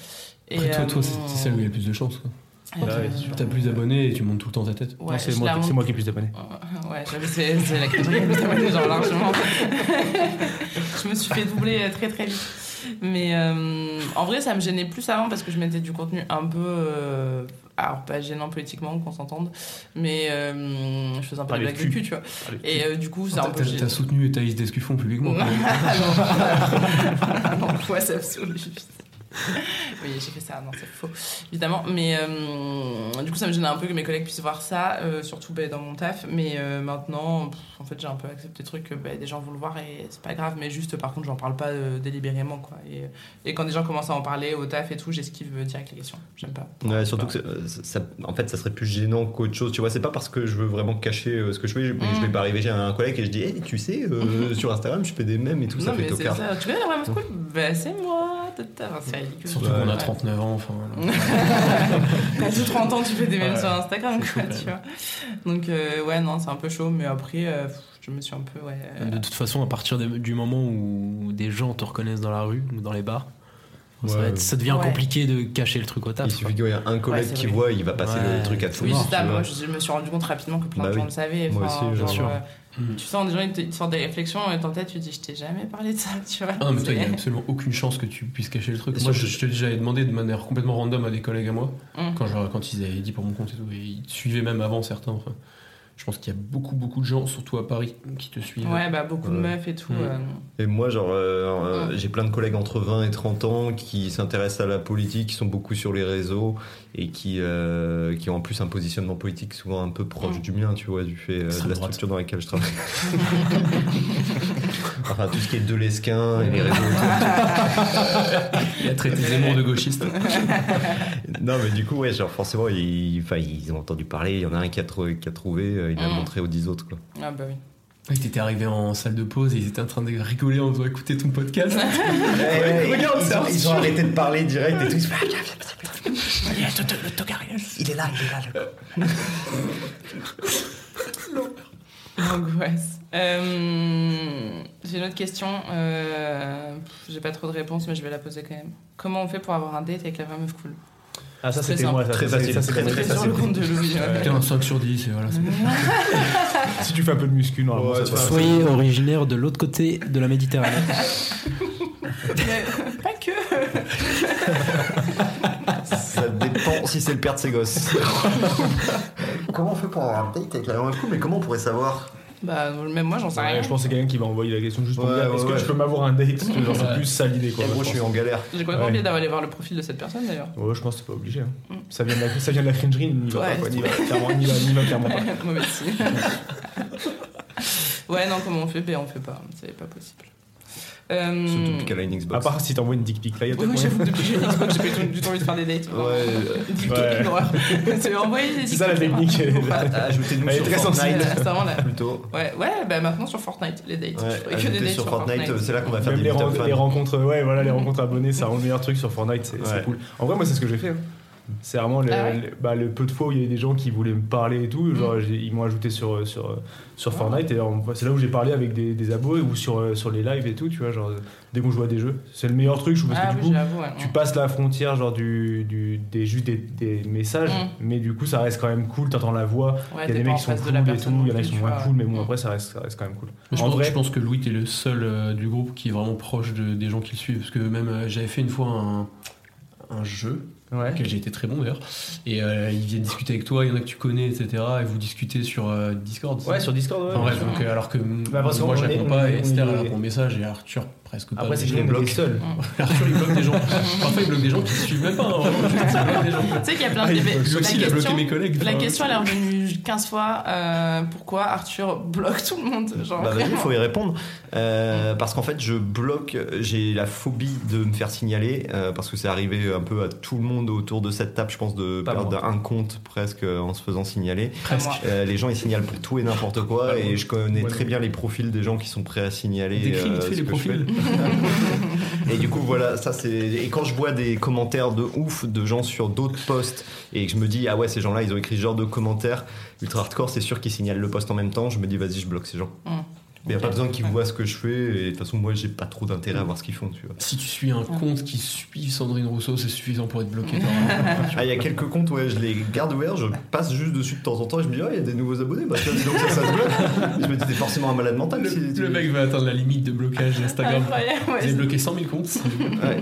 Et,
Après, toi, toi,
euh,
c'était celle où il y a le plus de chance. quoi.
Ah
Ah
Bah ouais, T'as plus d'abonnés et tu montes tout le temps ta tête.
Non,
Ouais,
c'est
je
moi,
la
c'est
monte.
moi qui ai plus d'abonnés.
Euh, Ouais, j'avais c'est c'est la catégorie que vous avez, genre largement. je me suis fait doubler euh, très très vite. Mais euh, en vrai, ça me gênait plus avant parce que je mettais du contenu un peu. euh, alors, pas gênant politiquement, qu'on s'entende, mais euh, je faisais un peu
Parler
des blagues
de
de
cul.
cul, tu vois. Et euh, du coup, c'est
Ah, T'as
un peu. gênant.
t'as soutenu Thaïs Descuffon publiquement. quand même.
Un angoisse absolue. Oui, j'ai fait ça, non, c'est faux, évidemment. Mais euh, du coup, ça me gênait un peu que mes collègues puissent voir ça, euh, surtout bah, dans mon taf. Mais euh, maintenant, pff, en fait, j'ai un peu accepté le truc que bah, des gens vont le voir et c'est pas grave. Mais juste, par contre, j'en parle pas euh, délibérément. quoi. Et, euh, et quand des gens commencent à en parler au taf et tout, j'esquive direct les questions. J'aime pas.
Ouais, surtout que c'est- euh, ça, en fait, ça serait plus gênant qu'autre chose. Tu vois, c'est pas parce que je veux vraiment cacher euh, ce que je fais, mais
Mm.
je vais pas arriver. J'ai un collègue et je dis, Eh, tu sais, euh, sur Instagram, je fais des mèmes et tout, ça
non,
fait
mais c'est
tocard.
ça. Tu connais la Wam School Bah, c'est moi. tata. Enfin, C'est ridicule.
Surtout qu'on a
Ouais.
39 ans. Enfin, voilà.
T'as tout 30 ans, tu fais des mèmes sur Instagram, quoi, tu vois. Donc, euh, ouais, non, c'est un peu chaud, mais après, euh, pff, je me suis un peu, ouais. euh,
De toute façon, à partir de- du moment où des gens te reconnaissent dans la rue ou dans les bars, ça,
Ouais.
va être- ça devient
Ouais.
compliqué de cacher le truc au
Il
taf. quoi.
suffit qu'il y ait un collègue
Ouais, c'est
qui
vrai.
voit, il va passer
Ouais.
le truc à tout
Oui,
le monde,
c'est ça,
tu
moi,
vois.
je, je me suis rendu compte rapidement que plein
Bah
de gens
oui.
le savaient.
Moi
enfin,
aussi, bien Mm.
genre,
sûr.
euh, Tu sens des gens, ils te, ils te sortent des réflexions, et dans ta tête, tu te dis, je t'ai jamais parlé de ça, tu vois.
Ah, mais toi, il n'y a
C'est-
absolument aucune chance que tu puisses cacher le truc.
Et
Moi, je,
surtout-
je te j'avais demandé de manière complètement random à des collègues à moi,
Mm.
quand, je- quand ils avaient dit pour mon compte et tout, et ils te suivaient même avant certains. Enfin, je pense qu'il y a beaucoup, beaucoup de gens, surtout à Paris, qui te suivent.
Ouais, bah, beaucoup de meufs et tout.
Mm.
euh,
Et moi, genre, euh, euh, j'ai plein de collègues entre 20 et 30 ans qui s'intéressent à la politique, qui sont beaucoup sur les réseaux et qui, euh, qui ont en plus un positionnement politique souvent un peu proche
Mm.
du mien, tu vois, du fait euh, de
Extrême
la
droite.
structure dans laquelle je travaille. enfin, tout ce qui est de l'esquin et les réseaux.
Il a traité Zemmour de gauchiste.
non, mais du coup, ouais, genre, forcément, ils, enfin, ils ont entendu parler, il y en a un qui a, trou- qui a trouvé, euh, il l'a
Mm.
montré aux 10 autres, quoi.
Ah, bah oui.
Ils étaient arrivés en salle de pause et ils étaient en train de rigoler en faisant écouter ton podcast.
Ouais,
regarde,
ils,
c'est
ont,
un
ils ont arrêté de parler direct et tout. ils se font, Ah,
Le Togarius.
il est là, il est là, le
Angoisse. Euh, j'ai une autre question. euh, pff, j'ai pas trop de réponse, mais je vais la poser quand même. Comment on fait pour avoir un date avec la vraie meuf cool
Ah, ça,
Très
c'était
simple.
moi. ça,
Très
ça,
facile,
ça, c'est
très,
moi.
très
Très sur le compte de Louis. ouais.
T'es un 5 sur 10, et voilà. c'est-
Si tu fais un peu de muscu, normalement,
Ouais,
ça
tu
te va.
fais un
Soyez originaire de l'autre côté de la Méditerranée.
Mais pas que.
Ça dépend si c'est le père de ses gosses. comment on fait pour avoir un date avec la langue cool Mais comment on pourrait savoir
Bah, même moi, j'en sais
Ouais,
rien.
je pense que c'est quelqu'un qui va envoyer la question juste pour
Ouais,
dire est-ce
ouais,
que
ouais.
je peux m'avoir un date Parce que, genre, C'est
Ouais.
plus ça l'idée quoi.
En gros,
je
je suis
pense.
en galère.
J'ai complètement
Ouais.
oublié d'avoir aller voir le profil de cette personne d'ailleurs.
Ouais, je pense que t'es pas obligé. hein. Ça vient de la, ça vient de la cringerie, n'y va
Mm. Ouais.
pas quoi, n'y va clairement, n'y va, n'y va clairement pas.
Mauvais signe. ouais, non, comment on fait Ben, on fait pas. C'est pas possible. Euh...
Surtout depuis qu'elle a une
Hmm. À
Xbox.
part si t'envoies une dick pic là, il y a
Oui,
peut-être moyen.
j'avoue, depuis que j'ai une Xbox, j'ai pas eu du temps de faire des dates.
Ouais, euh,
Dick pic,
Ouais.
une horreur. C'est envoyer des
C'est ça la technique.
Ah, ajoutez-nous
Elle est
sur
très
Fortnite
sensible.
C'est vraiment la-
plutôt.
Ouais, ouais, bah maintenant sur Fortnite, les dates.
Ouais,
Je ferai que des
ajoutez
dates
sur Fortnite, euh, c'est là qu'on va faire
Même
des
les,
meet-up
ren-
fans.
les rencontres, ouais, voilà, les rencontres abonnées, ça rend le meilleur truc sur Fortnite, c'est c'est
Ouais.
cool. En vrai, moi, c'est ce que j'ai fait. hein. C'est vraiment le,
Ah ouais
le- bah, le peu de fois où il y avait des gens qui voulaient me parler et tout. Genre,
Mm. Ah.
j'ai- ils m'ont ajouté sur, sur, sur Fortnite et on- c'est là où j'ai parlé avec des, des abos ou sur, euh, sur les lives et tout, tu vois. Genre, dès qu'on joue à des jeux, c'est le meilleur truc, je trouve, parce
Ah
que du
oui,
coup,
j'avoue. ouais.
tu passes la frontière genre du, du des juste des, des messages
Mm.
mais du coup ça reste quand même cool t'entends la voix
Ouais,
il y a
t'es
des
pas
mecs
en
qui sont
face de
cool
la
et tout
personne non
il y en a
plus,
qui sont
tu
moins
vois.
cool mais bon après ça reste, ça reste quand même cool
Je,
en
pense,
vrai
je pense que Louis, t'es le seul euh, du groupe qui est vraiment proche de- des gens qui le suivent. Parce que même, euh, j'avais fait une fois un, un jeu,
ouais.
auquel j'ai été très bon d'ailleurs, et euh, ils viennent discuter avec toi, il y en a que tu connais, etc. Et vous discutez sur euh, Discord. c'est
Ouais,
ça
sur Discord ouais,
Enfin,
bien
bref,
sûr.
donc, euh, alors que m-
Bah, parce qu'on
moi je
est-
réponds
on
pas,
est-
et
on
Esther elle
est-
répond message, et Arthur presque pas.
après c'est que
mais je
je
les
bloque
bloque.
seul
Arthur il bloque des gens. Parfois il bloque des gens qui suivent même pas. hein, vraiment, juste, il bloque des gens.
Tu sais qu'il y a plein de.
Ah, il-
mais
lui
la
aussi, il a bloqué
question-
mes collègues.
La
enfin,
question elle est revenue 15 fois. euh, pourquoi Arthur bloque tout le monde Genre, Hmm.
Bah vas-y, il
vraiment.
faut y répondre. Euh, parce qu'en fait, je bloque, j'ai la phobie de me faire signaler, euh, parce que c'est arrivé un peu à tout le monde autour de cette table, je pense, de
Pas
perdre un compte presque euh, en se faisant signaler.
Pas moi.
Euh, les gens ils signalent pour tout et n'importe quoi
Bah,
Pas moi.
et je connais
Moi non.
très bien les profils des gens qui sont prêts à signaler.
Décris vite fait
euh, ce
les
que je fais.
profils.
Et du coup voilà ça c'est et quand je vois des commentaires de ouf de gens sur d'autres posts et que je me dis ah ouais ces gens là ils ont écrit ce genre de commentaires ultra hardcore c'est sûr qu'ils signalent le post en même temps je me dis vas-y je bloque ces gens.
Hum.
Mais il n'y a pas besoin qu'ils voient ce que je fais. Et de toute façon, moi, j'ai pas trop d'intérêt à voir ce qu'ils font, tu vois.
Si tu suis un compte qui suit Sandrine Rousseau, c'est suffisant pour être bloqué. dans-
Ah, il y a quelques comptes, ouais, je les garde ouverts, je passe juste dessus de temps en temps et je me dis, oh, il y a des nouveaux abonnés, bah, tiens, dis donc ça, ça se bloque. Je me dis, t'es forcément un malade mental.
Le,
si-
le mec va atteindre la limite de blocage Instagram.
Incroyable, ouais.
J'ai bloqué 100 000 comptes.
Ouais.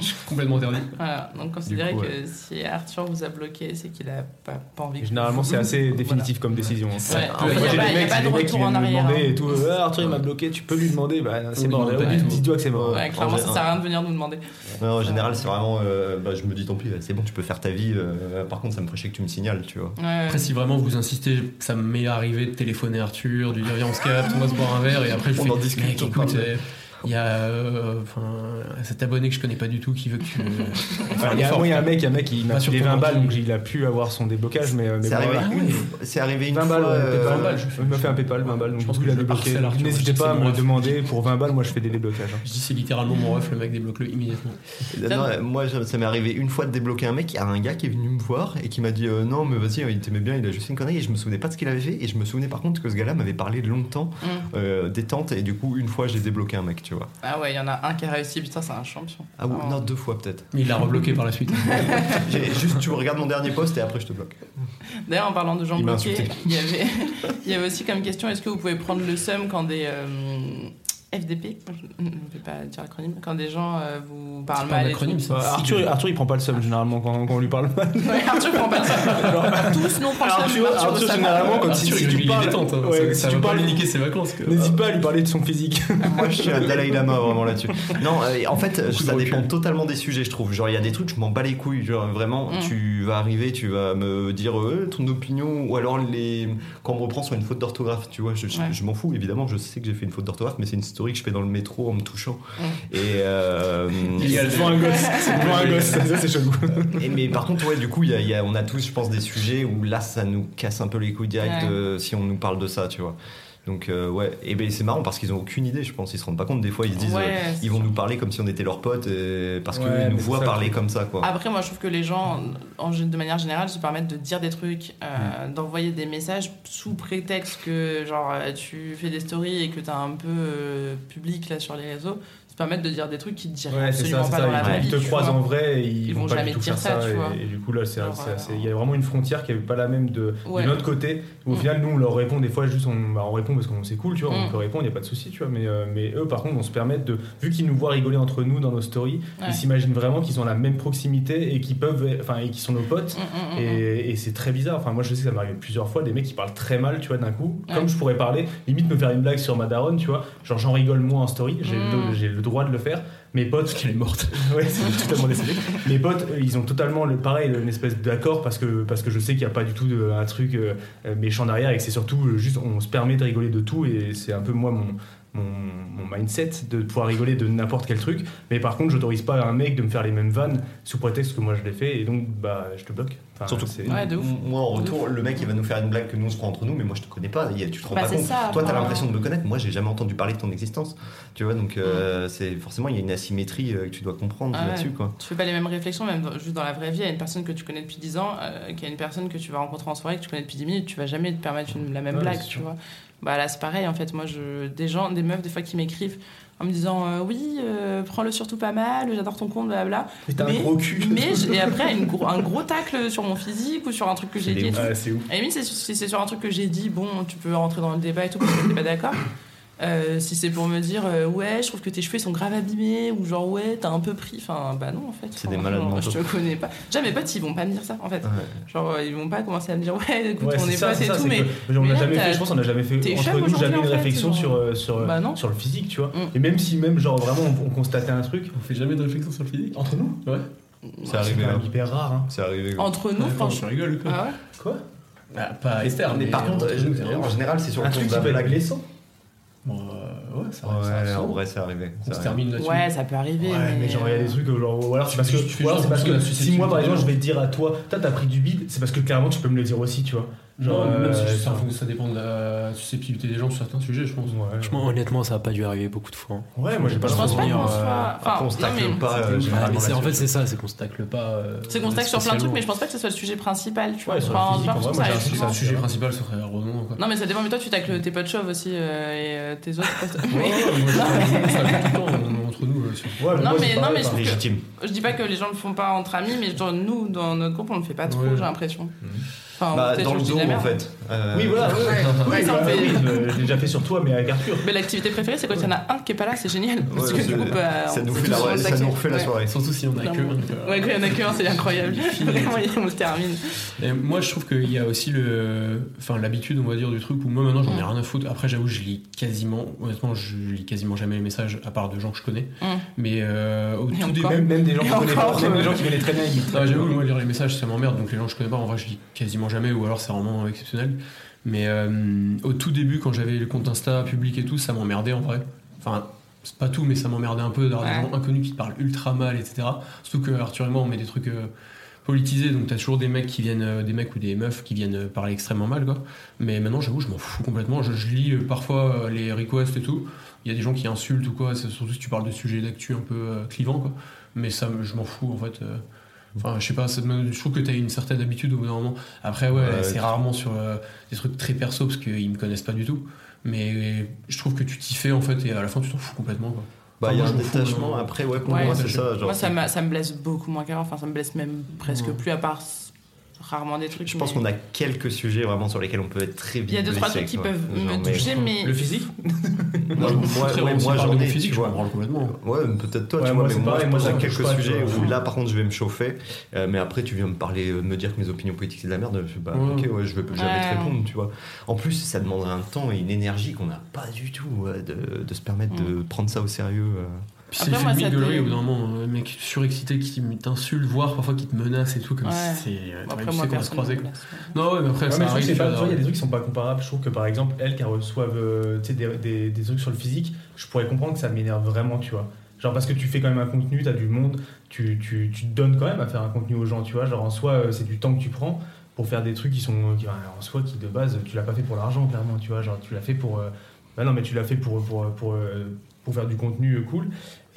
Je suis complètement interdit.
Voilà, donc considérez
Du coup,
que si Arthur vous a bloqué, c'est qu'il a pas, pas envie. que
Généralement,
vous-
c'est assez
Voilà.
définitif comme décision.
Ouais.
Moi,
Il y a
j'ai
pas-
des
il y a
mecs-
pas de
des mecs qui
retour
viennent
en
me
arrière,
demander
hein.
et tout. euh, Ah, Arthur, il m'a bloqué, tu peux lui demander. Bah, non, c'est
Oui,
mort.
non,
là,
pas
ouais,
du tout.
Dis-toi que c'est mort.
Ouais, clairement,
En hein.
ça
gé-
sert à rien de venir nous demander.
Ouais, en général, c'est vraiment, euh, bah, je me dis, tant pis, c'est bon, tu peux faire ta vie. euh, par contre, ça me ferait chier que tu me signales, tu vois.
Ouais.
Après, si vraiment vous insistez, ça m'est arrivé de téléphoner Arthur, de lui dire viens on se capte, on va se boire un verre, et après je
On
fais
en discute,
mec,
on
écoute,
parle.
euh, il y a euh, enfin, cet abonné que je connais pas du tout qui veut que tu. euh,
Enfin, il y a- moi, il y a un mec, il y a un mec, il m'a
Pas
filé
sur ton
20 balles,
ordi.
donc il a pu avoir son déblocage, mais, mais bah,
C'est
bon,
arrivé,
voilà.
une fois- c'est arrivé une
20
fois.
balles, ouais, peut-être
euh,
20 balles, je fais-
Il m'a fait un PayPal, 20 balles, donc
Je
je
pense
pense qu'il
que
a
je le
débloqué.
harcèle, Arthur, je
N'hésitez
sais que
pas à
c'est
me
mon
le
ref.
demander, pour 20 balles, moi je fais des déblocages. hein.
Je dis c'est littéralement mon ref, le mec débloque-le immédiatement.
euh, non, euh, moi, ça ça m'est arrivé une fois de débloquer un mec. Il y a un gars qui est venu me voir et qui m'a dit, euh, non, mais vas-y, euh, il t'aimait bien, il a juste fait une connerie. Et je me souvenais pas de ce qu'il avait fait. Et je me souvenais par contre que ce gars-là m'avait parlé longtemps euh, des tentes. Et du coup, une fois, j'ai débloqué un mec, tu vois.
Ah ouais, il y en a un qui a réussi, putain, c'est un champion.
Ah oui,
Vraiment.
non, deux fois peut-être.
Mais il l'a rebloqué par la suite.
J'ai- Juste, tu regardes mon dernier post et après je te bloque.
D'ailleurs, en parlant de gens
Il m'a
bloqués,
insulté.
il y avait, il y avait aussi comme question est-ce que vous pouvez prendre le seum quand des euh, FDP, je ne vais pas dire l'acronyme, quand des gens euh, vous parlent
C'est pas un
mal
acronyme,
et tout.
ça.
Bah, Arthur, Arthur, il prend pas le seum généralement quand, quand on lui parle mal.
Ouais, Arthur prend pas le seum. Tous, nous, on prend le
Arthur,
seum. Arthur,
Arthur,
ça va.
généralement, quand il-
Arthur,
si
il a
tu
mis les
parles-
détentes. hein.
ouais,
Ça-
si
ça
tu
va pas
parles-
lui niquer ses vacances. quoi.
N'hésite pas à lui parler de son physique.
Moi, je suis un Dalai Lama vraiment là-dessus. Non, euh, en fait,
Beaucoup de
ça
recul.
dépend totalement des sujets, je trouve. Genre, il y a des trucs, je m'en bats les couilles. Genre, vraiment, tu vas arriver, tu vas me dire euh, ton opinion, ou alors les. Quand on me reprend sur une faute d'orthographe, tu vois, je, je-
Ouais.
je m'en fous, évidemment, je sais que j'ai fait une faute d'orthographe, mais c'est une story que je fais dans le métro en me touchant. Et. euh,
Il y a le
Pour un gosse, c'est pour un gosse, ça c'est chelou.
et mais par contre, ouais, du coup, il y a- il y a- on a tous, je pense, des sujets où là, ça nous casse un peu les couilles direct
Ouais.
euh, si on nous parle de ça, tu vois. Donc, euh, ouais, et ben c'est marrant parce qu'ils ont aucune idée, je pense. Ils se rendent pas compte. Des fois, ils se disent,
Ouais,
euh,
c'est
ils vont
sûr.
nous parler comme si on était leurs potes euh, parce
Ouais,
qu'ils
mais
nous
c'est
voient
ça,
parler
le
comme ça, quoi.
Après, moi, je trouve que les gens, en, gé- de manière générale, se permettent de dire des trucs, euh,
Mm.
d'envoyer des messages sous prétexte que, genre, euh, tu fais des stories et que t'as un peu euh, public là sur les réseaux, se permettent de dire des trucs qui te diraient
Ouais, c'est ça,
absolument
c'est
pas dans la
ça.
vraie
Ils
vie.
te
tu
croisent
vois.
en vrai et ils,
Ils
vont
vont
pas
jamais
du tout
te dire
faire ça.
ça, tu vois.
et, et du coup, là, c'est-
Alors,
c'est assez-
euh,
il y a vraiment une frontière qui n'est pas la même de,
Ouais.
de l'autre côté. Au
Mm.
final, nous, on leur répond des fois, juste on, bah, on répond parce qu'on c'est cool, tu vois, on
Mm.
peut répondre, il n'y a pas de souci, tu vois. Mais, euh, mais eux, par contre, vont se permettre de, vu qu'ils nous voient rigoler entre nous dans nos stories,
Ouais.
ils s'imaginent vraiment qu'ils sont à la même proximité et qu'ils peuvent, enfin, et qu'ils sont nos potes.
Mm, mm, mm, mm.
Et, et c'est très bizarre. Enfin, moi, je sais que ça m'est arrivé plusieurs fois, des mecs qui parlent très mal, tu vois, d'un coup.
Ouais.
Comme je pourrais parler, limite me faire une blague sur ma daronne, tu vois. Genre, j'en rigole moi en story, j'ai
Mm.
le, j'ai le droit de le faire. Mes potes,
Elle est morte.
Ouais, c'est totalement décédé. Mes potes, eux, ils ont totalement le pareil, une espèce d'accord parce que parce que je sais qu'il n'y a pas du tout de- un truc euh, méchant derrière et que c'est surtout euh, juste on se permet de rigoler de tout et c'est un peu moi mon mon, mon mindset de pouvoir rigoler de n'importe quel truc. Mais par contre, j'autorise pas un mec de me faire les mêmes vannes sous prétexte que moi je l'ai fait et donc bah je te bloque. Enfin,
Surtout que-
c'est-
Ouais, de ouf.
M- Moi, en
De
retour, le mec, il va nous faire une blague que nous, on se prend entre nous, mais moi, je te connais pas. Il y a- tu te rends
Bah,
pas
c'est
compte.
ça,
Toi, t'as
enfin.
l'impression de me connaître. Moi, j'ai jamais entendu parler de ton existence. Tu vois, donc, euh, c'est forcément, il y a une asymétrie euh, que tu dois comprendre
Ah ouais.
là-dessus, quoi.
Tu fais pas les mêmes réflexions, même dans- juste dans la vraie vie, à une personne que tu connais depuis 10 ans, euh, qu'à une personne que tu vas rencontrer en soirée, que tu connais depuis 10 minutes, tu vas jamais te permettre une- la même
Ouais,
blague,
c'est
tu
sûr.
vois. Bah là, c'est pareil, en fait. Moi, je, des gens, des meufs, des fois, qui m'écrivent en me disant euh, Oui, euh, prends-le surtout pas mal, j'adore ton compte, blablabla.
Mais t'as un
Mais-
gros cul.
Mais j'ai- et après, une gros- un gros tacle sur mon physique ou sur un truc que j'ai dit. et tout.
Ouais, Ah, c'est ouf.
À la limite, c'est- si c'est sur un truc que j'ai dit, bon, tu peux rentrer dans le débat et tout parce que t'es pas d'accord. Euh, si c'est pour me dire euh, ouais je trouve que tes cheveux ils sont grave abîmés ou genre ouais t'as un peu pris enfin bah non en fait
C'est des
Enfin,
malades
genre,
mentaux.
je te connais pas déjà mes potes ils vont pas me dire ça en fait genre euh, ils vont pas commencer à me dire ouais écoute
Ouais,
on
c'est
est
ça,
potes
c'est
et
ça,
tout
c'est
mais
que- genre, on
mais
n'a
là,
jamais
t'as-
fait, je pense, on n'a jamais fait
t'es chum
entre nous jamais
aujourd'hui,
une
en fait,
réflexion
genre.
sur euh, sur euh,
Bah non.
sur le physique, tu vois.
Mm.
Et même si même genre vraiment on, on constatait un truc
On fait jamais de réflexion sur le physique.
entre nous,
Ouais.
C'est arrivé,
c'est quand
hein.
même hyper rare. hein.
C'est arrivé. quoi.
entre nous
je
franchement
rigole quoi.
ah ouais
Quoi
Ah, pas Esther.
Mais par contre, je- en général, c'est sur le
Un
ton
truc
de
qui
la
peut être
blague.
blessant.
Bon, euh, ouais, ça ça-
Ouais,
ça-
en vrai, c'est arrivé.
On
c'est
se
arrivé.
termine là-dessus.
ouais ça peut arriver
Ouais, mais genre, il y a des trucs, genre, ou alors c'est parce que,
Tu fais
ou alors
genre
c'est parce
comme
que
ça, la
si moi par
susceptibilité.
exemple je vais te dire à toi, toi t'as pris du bide, c'est parce que clairement tu peux me le dire aussi, tu vois.
Genre,
Genre,
même si
euh,
ça, ça dépend de la susceptibilité des gens sur certains sujets, je pense.
Franchement, honnêtement, ça a pas dû arriver beaucoup de fois. hein.
Ouais, moi j'ai pas
Je
le
pense pas
souvenir.
qu'on
euh,
soit-
après, on
enfin,
stack
non, mais
pas. euh,
c'est-
Ouais,
généralement
mais c'est- en fait,
là-dessus.
c'est ça, c'est qu'on se tacle pas. euh,
C'est qu'on se tape sur plein de trucs,
spécialement.
mais je pense pas que ce soit le sujet principal, tu vois.
Ouais, sur
Enfin,
la physique,
par
en
contre,
vrai, moi,
ça
j'ai un
arrive
sujet
souvent.
sur-
Le sujet principal, ça serait redondant, quoi.
Non, mais ça dépend, mais toi, tu tacles tes potes chauves aussi euh, et euh, tes autres potes. Mais-
Ouais, moi, je- ça arrive tout le temps, on- entre nous. euh, sur-
Ouais,
Non,
moi, c'est
mais- non,
pareil,
mais je-
par-
Légitime.
Je dis pas que les gens le font pas entre amis, mais genre, nous, dans notre groupe, on le fait pas trop,
Ouais.
j'ai l'impression. Enfin,
Bah,
peut-être
dans le
que je dis de
dos,
la
en
merde.
fait. Euh,
Oui, voilà, ouais.
Ouais,
Oui,
ça,
bah,
on fait-
oui, je l'ai déjà fait sur toi, mais avec Arthur.
Mais l'activité préférée, c'est quand il y en a un qui est pas là, c'est génial. Parce
Ouais,
que du
c'est-
coup, bah,
ça
on
nous
s'est
fait la-
tous
ça nous refait la
contactés.
soirée.
Surtout si on a que.
Clairement.
euh,
Ouais, quand il y en a qu'un, c'est incroyable. Vraiment, on le termine.
Et moi, je trouve qu'il y a aussi le, enfin, l'habitude, on va dire, du truc où moi maintenant j'en ai rien à foutre. Après, j'avoue, je lis quasiment, honnêtement, je lis quasiment jamais les messages à part de gens que je connais.
Mm.
Mais euh, au
Et
tout
encore.
début,
Même, même des gens
Et
qui connaissent pas,
encore,
même des
ouais.
gens qui connaissent très bien, ils
Ah, j'avoue, moi lire les messages ça m'emmerde, donc les gens que je connais pas, en vrai je lis quasiment jamais, ou alors c'est vraiment exceptionnel. Mais euh, au tout début, quand j'avais le compte Insta public et tout, ça m'emmerdait en vrai. Enfin, c'est pas tout, mais ça m'emmerdait un peu d'avoir
Ouais.
des gens inconnus qui te parlent ultra mal, etc. Surtout que Arthur et moi on met des trucs euh, politisés, donc t'as toujours des mecs qui viennent, euh, des mecs ou des meufs qui viennent euh, parler extrêmement mal, quoi. Mais maintenant, j'avoue, je m'en fous complètement. Je, je lis euh, parfois euh, les requests et tout. Il y a des gens qui insultent ou quoi, c'est surtout si tu parles de sujets d'actu un peu euh, clivants, quoi. Mais ça, me- je m'en fous en fait. euh. Enfin, je sais pas, ça me- je trouve que t'as une certaine habitude au bout d'un moment. Après, ouais,
Ouais,
c'est
tu-
rarement sur euh, des trucs très perso parce qu'ils me connaissent pas du tout. Mais euh, je trouve que tu t'y fais en fait et à la fin tu t'en fous complètement quoi.
Bah, il y a
Moi,
un
je m'en fous,
détachement
euh,
après, ouais, pour
Ouais,
moi,
c'est
c'est ça. Genre,
Moi, ça, m'a- ça me blesse beaucoup moins qu'avant. Enfin, ça me blesse même presque plus, à part s- rarement des trucs.
je pense
mais-
qu'on a quelques sujets vraiment sur lesquels on peut être très vite.
Il y a deux, trois
blessé,
trucs qui
quoi.
peuvent
Genre,
me
mais-
toucher, mais.
Le physique
Moi,
je m'en
moi,
fous très
ouais,
bien, si
moi,
on parle
j'en
de mon
ai,
physique,
tu
je m'en
vois.
branle complètement.
Ouais, mais peut-être toi,
Ouais,
tu
moi,
vois, mais
c'est
moi,
pareil,
je
moi,
pense
ça
à
me touche
quelques
pas, tu
sujets
vois.
où là, par contre, je vais me chauffer, euh, mais après, tu viens me parler, euh, me dire que mes opinions politiques c'est de la merde, je fais, bah,
Ouais.
ok, ouais, je vais jamais
Ouais.
te répondre, tu vois. En plus, ça demanderait un temps et une énergie qu'on n'a pas du tout ouais, de, de se permettre de prendre ça au sérieux. euh.
Puis
Après,
c'est
moi,
le
ça
mythe de
dé-
l'œil au bout d'un moment, un mec surexcité qui t'insulte, voire parfois qui te menace et tout, comme
Ouais.
si c'est.
Bon,
Après,
Après,
tu
moi,
sais qu'on va se
personne.
croiser
me
quoi.
blesse.
Non, ouais, mais après,
Ouais,
ça
mais je trouve que
arrive. euh,
c'est
tu
pas-
vois,
tu vois, il y a des trucs qui sont pas comparables. Je trouve que par exemple, elles qui reçoivent euh, tu sais, des, des- des trucs sur le physique, je pourrais comprendre que ça m'énerve vraiment, tu vois. Genre parce que tu fais quand même un contenu, t'as du monde, tu, tu, tu te donnes quand même à faire un contenu aux gens, tu vois. Genre en soi, euh, c'est du temps que tu prends pour faire des trucs qui sont. qui- en soi, qui de base, tu l'as pas fait pour l'argent, clairement, tu vois. Genre tu l'as fait pour. euh, bah non, mais tu l'as fait pour, pour, pour, euh, pour faire du contenu euh, cool.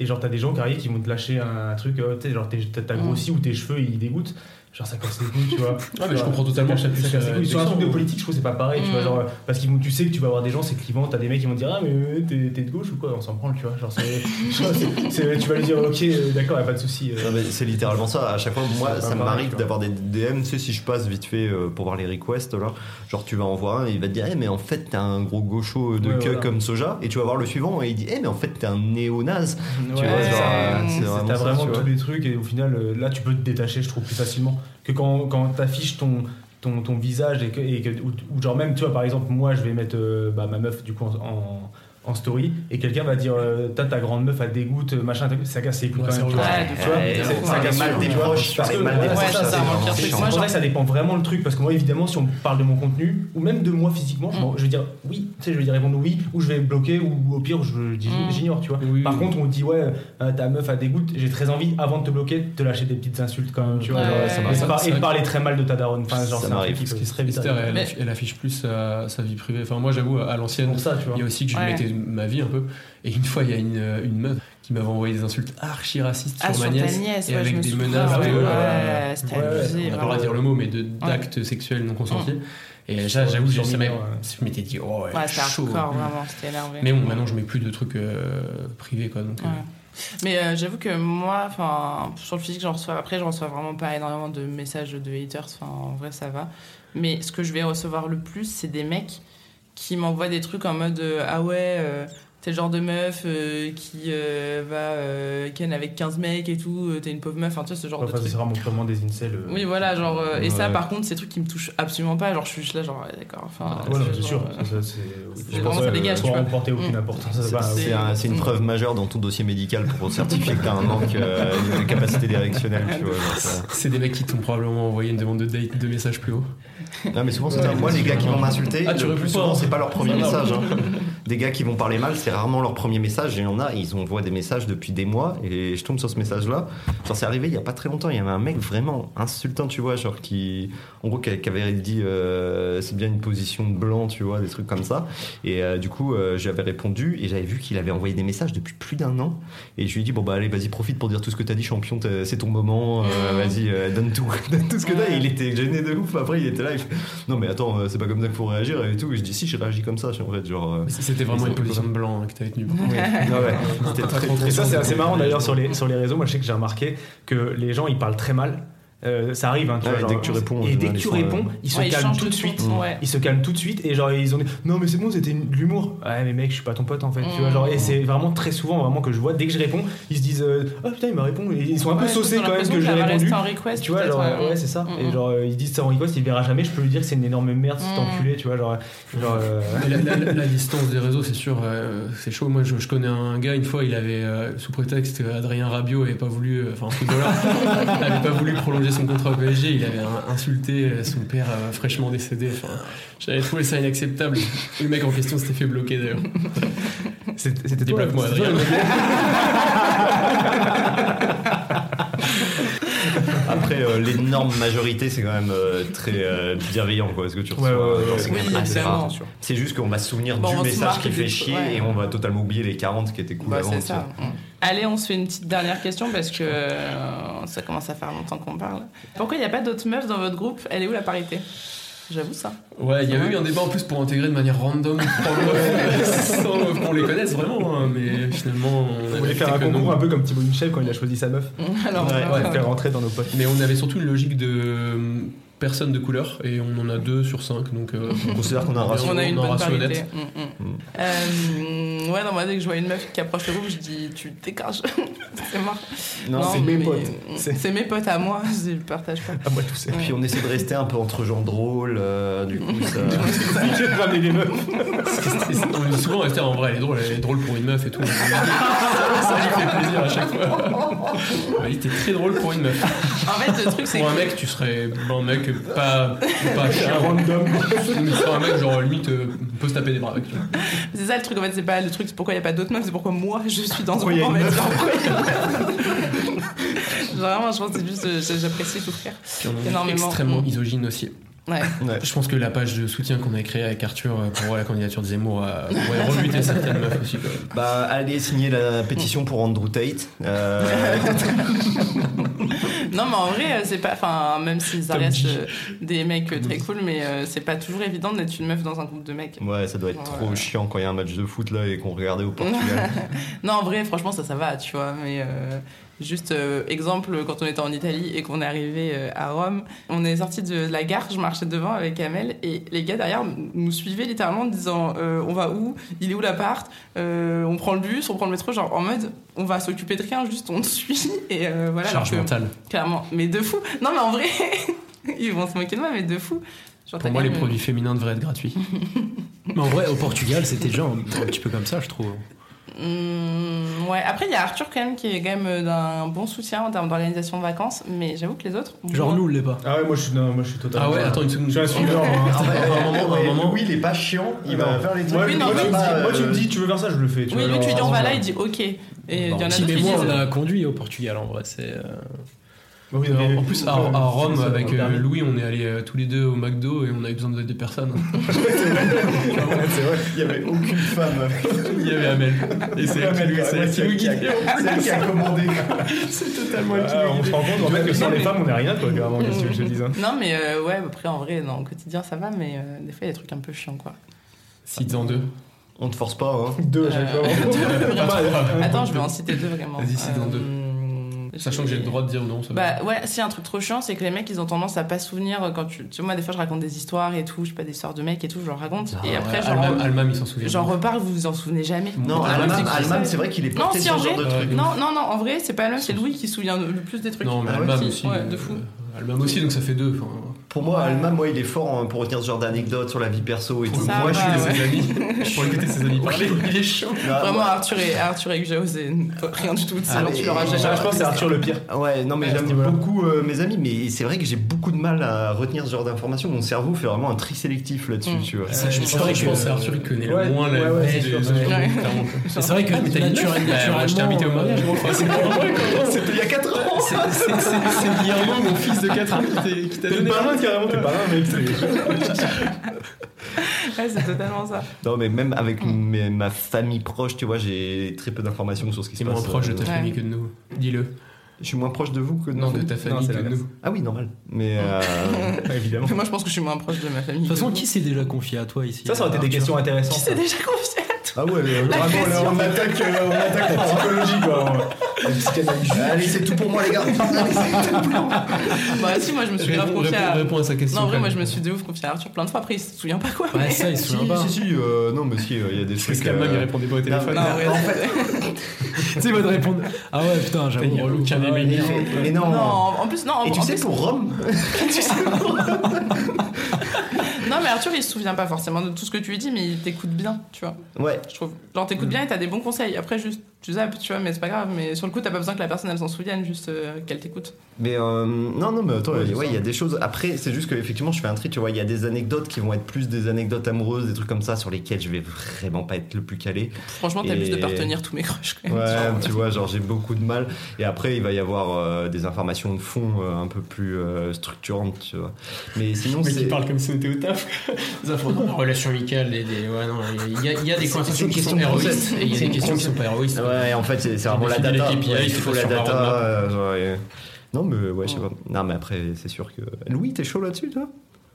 Et genre, t'as des gens qui arrivent qui vont te lâcher un truc, euh, tu sais, genre t'es- t'as t'as
Mm.
grossi ou tes cheveux ils dégoûtent. Genre, ça casse les couilles, tu vois.
Ah, mais je comprends totalement,
Ça
ça
casse- ça casse les couilles.
puisse,
Sur un
euh,
truc de
descendre.
politique, je trouve que c'est pas pareil, tu vois.
Mm.
Genre, euh, parce que tu sais que tu vas avoir des gens, c'est clivant, t'as des mecs qui vont te dire Ah, mais euh, t'es t'es de gauche ou quoi On s'en prend, tu vois. Genre, c'est- genre, c'est- c'est- tu vas lui dire Ok, euh, d'accord, y'a pas de souci. euh.
Non, mais c'est littéralement ça. À chaque fois, moi, ça
pas pareil, tu
m'arrive
vois.
d'avoir des DM. Tu sais, si je passe vite fait euh, pour voir les requests, là, genre tu vas en voir un et il va te dire, Eh, mais en fait, t'es un gros gaucho de
Ouais,
queue
voilà.
comme soja. Et tu vas voir le suivant et il dit, Eh, mais en fait, t'es un néo-naze. Tu vois,
Ouais.
genre,
Ouais.
euh, c'est vraiment
T'as
ça,
vraiment
tu vois.
tous les trucs et au final, euh, là, tu peux te détacher, je trouve, plus facilement que quand, quand t'affiches ton, ton, ton visage et que, et que- ou, ou genre même, tu vois, par exemple, moi, je vais mettre euh, bah, ma meuf, du coup, en... en- en story et quelqu'un va dire euh, t'as ta grande meuf elle dégoûte euh, machin ça casse les couilles
Ouais,
quand
c'est
même tu vois.
relou.
Ouais,
Ouais,
de
Tu
ouais,
vois,
fou.
c'est-
ouais,
ça
ouais,
casse
mal
tout,
hein. des
tu vois.
proches,
Parce
les
que-
mal des
ouais,
proches,
c'est
ça,
ça,
c'est
c'est
vraiment
vraiment
chiant.
chiant. Moi, je dirais que ça dépend vraiment le truc, parce que moi, évidemment, si on parle de mon contenu, ou même de moi physiquement,
Mm.
je, m'en- je vais dire oui, tu sais, je vais dire répondre oui, ou je vais bloquer, ou au pire, je dis
Mm.
j'ignore, tu vois.
Oui,
Par
oui.
contre, on dit ouais, euh, ta meuf a des gouttes, j'ai très envie, avant de te bloquer, de te lâcher des petites insultes quand même, tu vois.
Ouais,
genre,
ouais,
et
ça
de
m'arrive.
par-
Ça,
et de
ça-
parler très mal de ta daronne, enfin,
Ça
genre, c'est un
m'arrive.
truc qui peut- qui serait vite.
Esther, elle,
Mais-
affiche- elle affiche plus euh, sa, sa vie privée. Enfin, moi, j'avoue, à l'ancienne,
Pour ça, tu vois.
il y a aussi que je
Ouais.
mettais ma vie un peu. Et une fois, il y a une, une meuf qui m'avait envoyé des insultes archi racistes
Ah,
sur
sur
ma
ta
nièce.
nièce,
et
ouais, je
avec
me
des
souviens.
menaces
Ah
de.
ouais,
Ouais, c'était
Ouais,
on
abusé.
n'a pas le
vraiment.
droit de dire le mot, mais de- d'actes sexuels non consentis. Et là, j'avoue,
Ouais,
j'ai- ça m'a-
ouais.
je m'étais dit, oh, ouais,
Ouais, c'était
chaud.
hardcore, vraiment, c'était énervé.
Mais bon, maintenant, je mets plus de trucs euh, privés, quoi. Donc, euh,
Ouais. Mais euh, j'avoue que moi, enfin, sur le physique, j'en reçois. Après, j'en reçois vraiment pas énormément de messages de haters. Enfin, en vrai, ça va. Mais ce que je vais recevoir le plus, c'est des mecs qui m'envoient des trucs en mode euh, ah ouais. euh, T'es le genre de meuf euh, qui euh, va euh, ken avec 15 mecs et tout, euh, t'es une pauvre meuf, enfin tu vois ce genre de
Enfin,
truc.
c'est vraiment vraiment des incels. euh.
Oui, voilà, genre, euh, et ça
Ouais.
par contre, c'est des trucs qui me touchent absolument pas, genre je suis juste là, genre, ouais, d'accord, enfin.
Ouais, non,
genre,
c'est sûr.
euh,
ça, ça, c'est-
c'est
je
vraiment,
pense
ça
que,
dégage,
pour
tu vois.
emporter aucune
Mm.
importance. ça,
C'est-
c'est pas-
C'est un- c'est une preuve majeure dans ton dossier médical pour certifier que t'as un manque euh, de capacité directionnelle. Tu vois, euh. genre, ça.
c'est des mecs qui t'ont probablement envoyé une demande de date, de message plus haut.
Non, mais souvent, c'est ça. moi, les gars qui m'ont insulté,
Ah, tu
le
réponds
plus
pas,
souvent,
hein.
c'est pas leur premier
Ça va.
message. hein. des gars qui vont parler mal, c'est rarement leur premier message. Et il y en a, ils envoient des messages depuis des mois. Et je tombe sur ce message-là. Genre, c'est arrivé il y a pas très longtemps. Il y avait un mec vraiment insultant, tu vois, genre qui, en gros, qui, qui avait dit euh, c'est bien une position de blanc, tu vois, des trucs comme ça. Et euh, du coup, euh, j'avais répondu et j'avais vu qu'il avait envoyé des messages depuis plus d'un an. Et je lui ai dit bon bah allez, vas-y, profite pour dire tout ce que t'as dit, champion. t'as- C'est ton moment.
Ah.
euh, vas-y, euh, donne tout, donne tout ce que t'as. Et il était gêné de ouf. Après, il était là. il fait, non mais attends, euh, c'est pas comme ça qu'il faut réagir et tout. Et je dis si, j'ai réagi comme ça, en fait, genre. euh,
C'était vraiment
Ils ont
une position
besoin.
de blanc hein, que t'avais tenue.
Ah ouais, c'était très, très
Et ça, c'est
simple.
assez marrant
Mm.
d'ailleurs sur les, sur les réseaux. Moi, je sais que j'ai remarqué que les gens, ils parlent très mal. Euh, ça arrive, hein, tu
Ouais,
vois,
dès
genre,
que tu réponds, en
Et dès
général,
que
ils
tu
sont,
réponds,
euh,
ils se
Ouais, ils
calment
changent
tout de suite.
ouais.
Ils se calment tout de suite et genre ils ont dit non mais c'est bon c'était une- de l'humour ouais mais mec je suis pas ton pote en fait tu vois genre
Mm.
et c'est vraiment très souvent vraiment que je vois dès que je réponds ils se disent euh, oh putain il m'a répondu Et ils sont un peu
Ouais,
saucés
ils ont
quand même
l'impression
que j'ai
d'avoir
répondu
resté en request,
tu vois
peut-être,
genre
ouais.
ouais, c'est ça
Mm,
et
mm.
genre euh, ils disent ça en request il le verra jamais je peux lui dire que c'est une énorme merde cet
Mm.
enculé tu vois genre genre euh,
Mais La, la- la distance des réseaux, c'est sûr, euh, c'est chaud. Moi, je, je connais un gars, une fois, il avait, euh, sous prétexte qu'Adrien Rabiot avait pas voulu, euh, enfin, un footballeur, avait pas voulu prolonger son contrat au PSG, il avait euh, insulté euh, son père euh, fraîchement décédé. Enfin, j'avais trouvé ça inacceptable. Et le mec en question s'était fait bloquer d'ailleurs.
c'est- c'était toi,
Débloque-moi,
c'était toi,
Adrien.
Après, euh, l'énorme majorité, c'est quand même euh, très euh, bienveillant, quoi, ce que tu reçois.
Ouais, ouais, ouais,
Genre,
ouais.
c'est quand
Oui,
même assez
exactement.
rare. C'est juste qu'on va se souvenir
Bon, on
du
se
message
marque
qui
des
fait
trucs,
chier
ouais.
et on va totalement oublier les 40 qui étaient cool
Bah,
avant.
c'est
tu vois.
ça.
Allez, on se fait une petite dernière question parce que euh, ça commence à faire longtemps qu'on parle. Pourquoi il n'y a pas d'autres meufs dans votre groupe Elle est où la parité J'avoue ça.
Ouais, il y avait eu un débat en plus pour intégrer de manière random trois meufs, sans qu'on les connaisse vraiment, hein, mais finalement. On
on
avait
voulait faire un
accepté que non.
concours un peu comme Thibaut Michel quand il a choisi sa meuf
Alors,
Ouais,
vraiment,
ouais,
ça-
faire rentrer dans nos potes
Mais on avait surtout une logique de euh, personnes de couleur et on en a deux sur cinq donc euh,
On considère qu'on a un ratio.
on a
on
une
en
bonne
ratio
parité.
net.
Mm, mm. Euh, ouais, non, moi, dès que je vois une meuf qui approche le groupe, je dis Tu te dégages. c'est mort.
Non,
Non,
c'est-
mes
mais- mm.
potes. C'est-
C'est mes potes à moi, je ne partage pas.
à moi tout seul
Et puis on essaie de rester un peu entre gens drôles, euh, du coup ça.
j'ai ramené les meufs
c'est- c'est- on est souvent resté en vrai elle est drôle elle est drôle pour une meuf et tout ça lui fait plaisir à chaque fois il était très drôle pour une meuf
En fait, le truc, c'est que.
pour un mec tu serais un mec pas pas chiant random mais tu serais un mec genre limite euh, peut se taper des bras avec tu vois.
C'est ça le truc, en fait, c'est pas le truc, c'est pourquoi il n'y a pas d'autres meufs, c'est pourquoi moi je suis dans ce
Pourquoi il y a
moment.
une
mais genre, pourquoi il y a une meuf Vraiment, je pense que c'est juste, euh, j'apprécie tout frère.
Puis on est
Énormément.
extrêmement
Mm.
misogyne aussi
Ouais.
Je pense que la page de soutien qu'on a créée avec Arthur euh, pour la candidature de Zemmour a pourrait rebuter certaines meufs aussi. quoi.
Bah allez signer la pétition pour Andrew Tate. Euh,
Non, mais en vrai, euh, c'est pas. Enfin, même si ça
Tom
reste
Dick.
euh, des mecs euh, très cool, mais euh, c'est pas toujours évident d'être une meuf dans un groupe de mecs.
ouais, ça doit être trop
Ouais.
chiant quand il y a un match de foot là et qu'on regardait au Portugal.
Non, en vrai, franchement, ça, ça va, tu vois. Mais euh, juste euh, exemple, quand on était en Italie et qu'on est arrivé euh, à Rome, on est sorti de la gare, je marchais devant avec Amel et les gars derrière m- nous suivaient littéralement en disant euh, on va où Il est où l'appart Euh, On prend le bus, on prend le métro, genre en mode on va s'occuper de rien, juste on te suit et euh, voilà. alors
Charge
que-
mentale.
Clairement, mais de fou. Non, mais en vrai, ils vont se moquer de moi, mais de fou. Genre,
Pour
t'as
moi,
quand
les
même- euh,
produits féminins devraient être gratuits.
Mais en vrai, au Portugal, c'était déjà un, un petit peu comme ça, je trouve.
Mmh, ouais. Après, il y a Arthur quand même qui est quand même euh, d'un bon soutien en termes d'organisation de vacances, mais j'avoue que les autres.
Genre
moi-
nous, on l'est pas.
ah ouais moi je suis non, moi je suis totalement
Ah ouais, attends une seconde.
je suis un suiveur hein.
Ah ouais,
un moment, à un moment.
Louis, il est pas chiant, il
Ah Non.
va faire les trucs.
Moi,
Oui,
tu-
non,
moi, tu
mais
me
il
dis-
va,
moi, tu me
euh,
dis, tu veux faire ça, je le fais. Tu
Oui,
vois,
lui, tu
genre,
dis on va là,
ouais.
il dit ok. Et il y en a
Tim
d'autres
et
qui
moi, Bah, on
disent.
a conduit au Portugal, en vrai. C'est euh,
Oui,
Et
mais-
En plus, à,
Ouais,
à Rome,
c'est ça,
avec
le
euh,
permis.
Louis, on est allés euh, tous les deux au McDo et on a eu besoin de deux personnes.
C'est vrai, il y avait aucune femme.
Il y avait Amel. Et c'est elle qui nous- c'est elle qui nous guidait.
elle qui a commandé.
Ah, on se rend compte en fait que sans les
mais-
femmes, on est rien, quoi, carrément, qu'est-ce que tu veux que je te dise. hein.
Non, mais euh, ouais, après, en vrai, dans le quotidien, ça va, mais euh, des fois, il y a des trucs un peu chiants, quoi.
Six en deux.
On te force pas, hein.
Deux à chaque fois.
Attends, je vais en citer deux vraiment.
Vas-y, cite en deux.
Euh,
Sachant que j'ai le droit de dire non, ça va.
Bah ouais, si un truc trop chiant, c'est que les mecs ils ont tendance à pas se souvenir euh, quand tu. Tu vois, moi des fois je raconte des histoires et tout, je sais pas, des histoires de mecs et tout, je leur raconte. et après,
Ah Ouais,
genre,
Almam, Almam, il s'en souvient.
j'en reparle, vous vous en souvenez jamais.
Non,
Ah,
Alman,
c'est qui,
Alman,
ça
c'est vrai qu'il est
Non,
porté
si
sur
en
ce
vrai.
genre de
euh,
truc.
Non, non, non, en vrai, c'est pas Alman, c'est Louis qui se souvient le plus des trucs.
Non, mais
Ah ouais,
Almam
si,
aussi.
ouais,
euh,
de fou.
Almam aussi, donc ça fait deux. enfin,
Pour moi, Alma, moi, il est fort en- pour retenir ce genre d'anecdotes sur la vie perso et tout.
Ça
moi,
va,
je suis
ouais.
ses amis.
Pour écouter ses amis parler.
Il est chaud.
Vraiment, Arthur et, Arthur et Hugo, c'est rien du tout.
Ah,
Sinon,
mais-
tu l'auras jamais.
Ah, je pense que c'est Arthur le pire.
Ouais, non, mais
Ouais, à ce
j'aime
niveau-là.
beaucoup euh, mes amis, mais c'est vrai que j'ai beaucoup de mal à retenir ce genre d'informations. Mon cerveau fait vraiment un tri sélectif là-dessus,
Mm.
tu vois.
Ça, je
Ouais,
pense
c'est vrai
que je
que-
pense que c'est Arthur qui connaît
Ouais,
le moins la
ouais, ouais,
vie
c'est
de-
sûr,
de-
c'est sûr.
clairement.
Ouais.
Clairement.
Mais c'est vrai que
Ah, mais t'as une
naturel-
meuf. Bah, moi, je t'ai invité au
naturellement,
mariage,
euh,
moi. Enfin, c'est
C'était il y a 4 ans
C'est- c'est- c'est- C'est Guillermo, mon fils de 4 ans, qui t'a- qui t'a donné.
Pas loin, carrément, t'es pas loin, mec.
Ouais, c'est totalement ça.
Non, mais même avec
Mm.
mes- ma famille proche, tu vois, j'ai très peu d'informations sur ce qui
C'est
se
moins
passe.
proche de ta
euh,
famille que de nous. Dis-le.
Je suis moins proche de vous que de
Non,
vous.
de ta
Non,
famille
c'est
que de
l'inverse.
nous.
Ah oui, normal. Mais euh,
Évidemment.
Moi, je pense que je suis moins proche de ma famille.
toute façon,
que vous.
qui s'est déjà confié à toi ici
Ça, ça aurait été des questions intéressantes. hein.
Qui s'est déjà confié à toi
ah ouais, mais vraiment là, on attaque, euh, on attaque la psychologie quoi. Allez, c'est tout pour moi les gars.
Ah,
Allez, c'est tout.
Bah, si, moi, je me suis grave
Réponds-
confiée à.
réponds- Réponds à sa question.
Non, en vrai,
quand
moi,
même.
je me suis de ouf confiée à Arthur plein de fois. Après, il se souvient pas quoi.
Ah,
Ouais,
mais-
ça, il se
Si,
souvient pas.
si, si, euh, non, mais si, euh, il y a des
Parce
trucs.
qu'Alma
euh,
lui répondait pas au téléphone.
Non, en vrai,
Tu sais, il va te répondre
euh,
Ah ouais, putain,
Il y
j'avoue,
a
relou.
aucun
mais,
élément.
mais non.
Non, en plus, non. en-
Et tu
en
sais
plus-
pour Rome,
Tu sais pas. non, mais Arthur, il se souvient pas forcément de tout ce que tu lui dis, mais il t'écoute bien, tu vois.
ouais,
Je trouve. Genre,
Mm.
t'écoutes bien et t'as des bons conseils. Après, juste, tu zappes, tu vois, mais c'est pas grave. Mais sur le coup, t'as pas besoin que la personne, elle s'en souvienne, juste euh, qu'elle t'écoute.
Mais euh, non, non, mais attends, ouais, il y a des choses. Après, c'est juste que effectivement, je fais un tri, tu vois. Il y a des anecdotes qui vont être plus des anecdotes amoureuses, des trucs comme ça, sur lesquelles je vais vraiment pas être le plus calé.
Franchement, t'as
Et-
juste de pas retenir tous mes crushs, quand même.
Ouais,
Genre,
tu vois, genre j'ai beaucoup de mal. Et après, il va y avoir euh, des informations de fond euh, un peu plus euh, structurantes, tu vois. Mais sinon,
Mais qui
c'est.
parle comme si on était au taf. Ça, faut- non, relation amicale, des, des- ouais, non, il y a, il y a des conversations qui
question
sont
de
héroïstes
concept.
et il y a
C'est
des
une
questions qui sont pas héroïstes.
Ouais, en fait, c'est c'est
Il
vraiment la
définit les
data.
KPI,
Ouais,
il
il
fait
faut
pas
la
sur Oh. la
data.
roadmap.
euh, genre, et- Non, mais ouais, je sais pas. Non, mais après, c'est sûr que. Louis, t'es chaud là-dessus, toi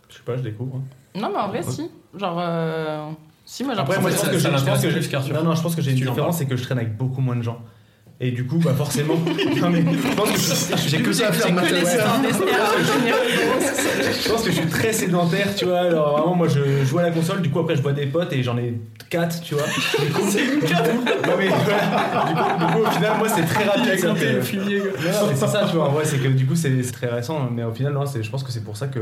Je sais pas, je découvre.
hein.
Non, mais en vrai, si. Genre. euh, Si, moi, j'ai
Après,
En
moi,
fait,
je pense
ça-
que j'ai-
ça
je pense
l'intéresse
que
plus
j'ai-
qu'Arthur.
Non, non, je pense que j'ai une
Tu lui en
différence, c'est que je traîne avec beaucoup moins de gens. Et du coup, bah forcément. Non, mais je pense que je-
J'ai que ça à faire
que les histoires d'Esther.
je pense que je suis très sédentaire, tu vois. Alors vraiment, moi, je joue à la console. Du coup, après, je vois des potes et j'en ai quatre, tu vois. Du coup, Non, mais voilà. Du coup- du coup, au final, moi, c'est très rapide. ça fait- Non, non, mais c'est ça, tu vois. En vrai, c'est que du coup, c'est c'est très récent. Mais au final, non, c'est- je pense que c'est pour ça que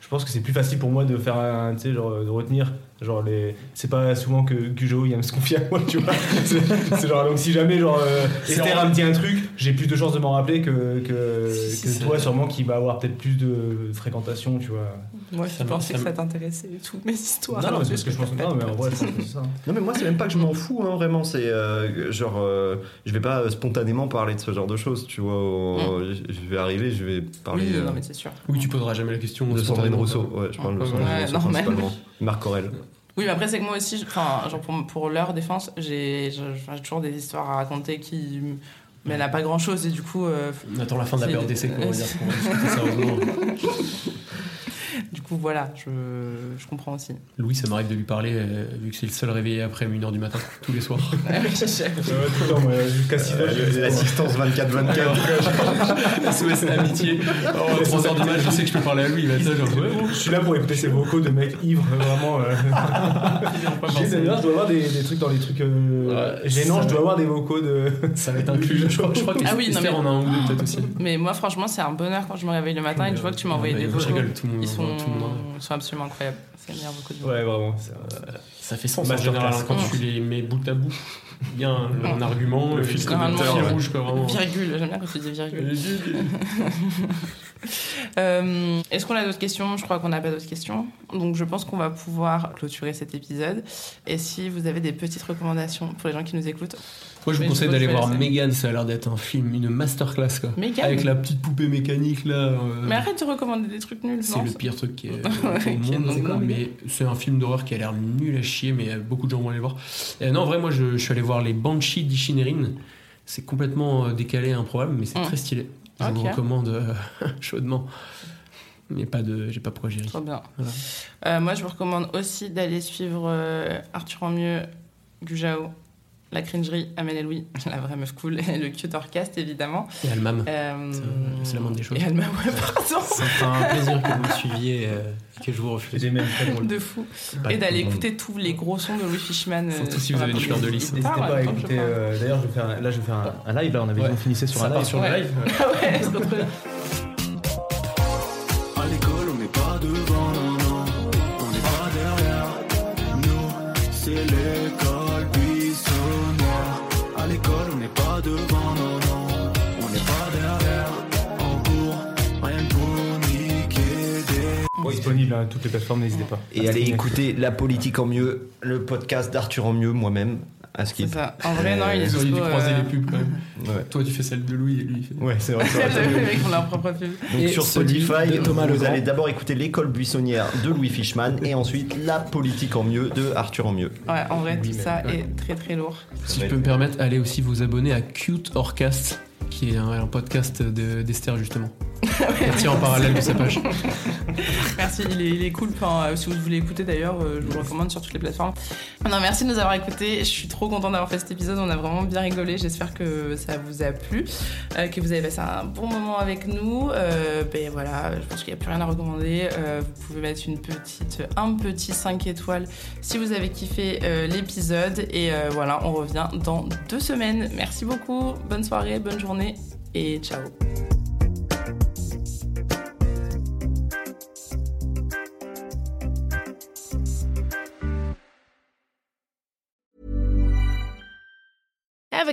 je pense que c'est plus facile pour moi de faire, un- tu sais, genre, de retenir. Genre, les... c'est pas souvent que Gujo il aime se confier à moi, tu vois. C'est c'est genre, donc si jamais, genre, euh, Esther elle me dit un truc, j'ai plus de chances de m'en rappeler que, que,
Si, si,
que
c'est-
toi, sûrement, qui va avoir peut-être plus de fréquentation, tu vois.
Moi, je
Ça me-
pensais
ça
que ça
me-
t'intéressait, toutes mes histoires.
non, non, mais c'est
Alors,
parce que je pense que non, mais en vrai, je pense que c'est ça.
Non mais moi c'est même pas que je m'en fous hein, vraiment c'est euh, genre euh, je vais pas euh, spontanément parler de ce genre de choses tu vois au- je- je vais arriver je vais parler
Oui,
euh,
non, mais c'est sûr.
Oui, tu poseras jamais la question.
de Sandrine
spontanément.
Rousseau ouais je parle de
Ouais,
Sandrine Rousseau
normal.
principalement Marc Aurel
Oui, mais après, c'est que moi aussi, je- enfin, genre pour, pour leur défense, j'ai j'ai- j'ai toujours des histoires à raconter qui. m- Mais elle n'a pas grand chose, et du coup, euh,
On attend la fin de la
C'est-
période d'essai pour
euh,
dire qu'on va discuter sérieusement.
du coup, voilà, je, je comprends aussi.
Louis, ça m'arrive de lui parler, euh, vu que c'est le seul réveillé après 1h du matin, tous les soirs.
Ouais, tout le temps, moi, jusqu'à 6 heures, je-
l'assistance 24 24
SOS amitié. 3h Oh, du mat, je sais que je peux parler à lui, il va être là, genre, ouais, bon.
Je suis là pour écouter ces vocaux de mecs ivres, vraiment. euh. J'ai- D'ailleurs, je dois avoir des, des trucs dans les trucs euh,
Ouais,
gênants,
ça-
je dois avoir des vocaux de.
Ça va être inclus. Je crois, je crois que
Ah oui, non,
Esther
mais-
en a un ou deux peut-être aussi. Euh,
Mais moi, franchement, c'est un bonheur quand je me réveille le matin et que je vois que tu m'as envoyé
Ouais,
des
Je
vocaux.
rigole, tout le monde.
Ils sont,
tout le monde en a.
ils sont absolument incroyables. C'est le meilleur vocaux du monde.
Ouais, vraiment. c'est-
Ça fait sens en
Masterclass.
général hein, quand
Mm.
tu les mets bout à bout. Bien, un argument, le fil
Normalement,
conducteur,
ouais.
le rouge, quoi, vraiment.
Virgule, j'aime bien quand tu dis virgule.
Est-ce
Euh, Est-ce qu'on a d'autres questions Je crois qu'on n'a pas d'autres questions. Donc je pense qu'on va pouvoir clôturer cet épisode. Et si vous avez des petites recommandations pour les gens qui nous écoutent,
Moi, je
Mais
vous
je
conseille
peux-
d'aller
je vais
voir
laisser.
Megan, ça a l'air d'être un film, une masterclass, quoi.
Megan
Avec la petite poupée mécanique, là. euh,
Mais arrête de recommander des trucs nuls,
C'est
non
le pire truc qui est
Ouais,
au
qui est
monde.
non- non,
mais c'est un film d'horreur qui a l'air nul à chier, mais euh, beaucoup de gens vont aller voir. Et non, en vrai, moi, je, je suis allé voir les Banshee d'Ishinerin. C'est complètement euh, décalé, improbable, mais c'est
Mm.
très stylé. Je vous
Ok.
recommande euh, chaudement. Mais pas de, j'ai pas pourquoi j'ai ri.
Trop bien.
Voilà.
Euh, moi, je vous recommande aussi d'aller suivre euh, Arthur en mieux, Gujao, la cringerie, Amel et Louis, la vraie meuf cool, et le cute orcast, évidemment.
Et Almam.
Euh,
C'est- c'est la moindre des choses.
Et Alma, ouais, pardon,
Ça me fait un plaisir que vous me suiviez euh, et que je vous
J'ai
refuse.
des mêmes très drôles.
de fou. Et d'aller écouter tous les gros sons de Louis Fishman. euh,
Surtout si
sur
vous
la Ah
avez du
playlist.
fleur de lys.
Il
N'hésitez
parle en
pas à
même temps que je
écouter.
parle.
euh, D'ailleurs, je vais faire un- là, je vais faire un, un live. Là, on avait
Ouais.
dit qu'on finissait sur
Ça
un
part
Ah
live. euh,
sur
le Ouais. live.
À l'école, on n'est pas
disponible à toutes les plateformes, n'hésitez pas. Ah,
Et allez écouter La politique en mieux, le podcast d'Arthur en mieux, moi-même, à ce
C'est ça. En vrai, non, il est
Ils ont dû
dispo,
croiser
euh,
les pubs quand même.
Ouais,
Toi, tu fais celle de Louis et lui, il fait.
ouais c'est vrai. c'est vrai.
Les mecs ont leur propre pub.
Donc
Et
sur
celui
Spotify,
de Thomas
vous
Legrand.
allez d'abord écouter l'école buissonnière de Louis Fishman et ensuite la politique en mieux de Arthur en mieux.
Ouais, en vrai, tout ça est très très lourd.
Si je peux me permettre, allez aussi vous abonner à Cute Orcast, qui est un, un podcast de- d'Esther justement. Elle tient en parallèle de sa page.
Merci, il est, il est cool. Enfin, euh, si vous voulez écouter d'ailleurs, euh, je vous le recommande sur toutes les plateformes. Non, merci de nous avoir écoutés. Je suis trop contente d'avoir fait cet épisode. On a vraiment bien rigolé. J'espère que ça vous a plu, euh, que vous avez passé un bon moment avec nous. Euh, ben voilà, je pense qu'il n'y a plus rien à recommander. Euh, vous pouvez mettre une petite, un petit 5 étoiles si vous avez kiffé euh, l'épisode. Et euh, voilà, on revient dans deux semaines. Merci beaucoup. Bonne soirée, bonne journée et ciao.
Ever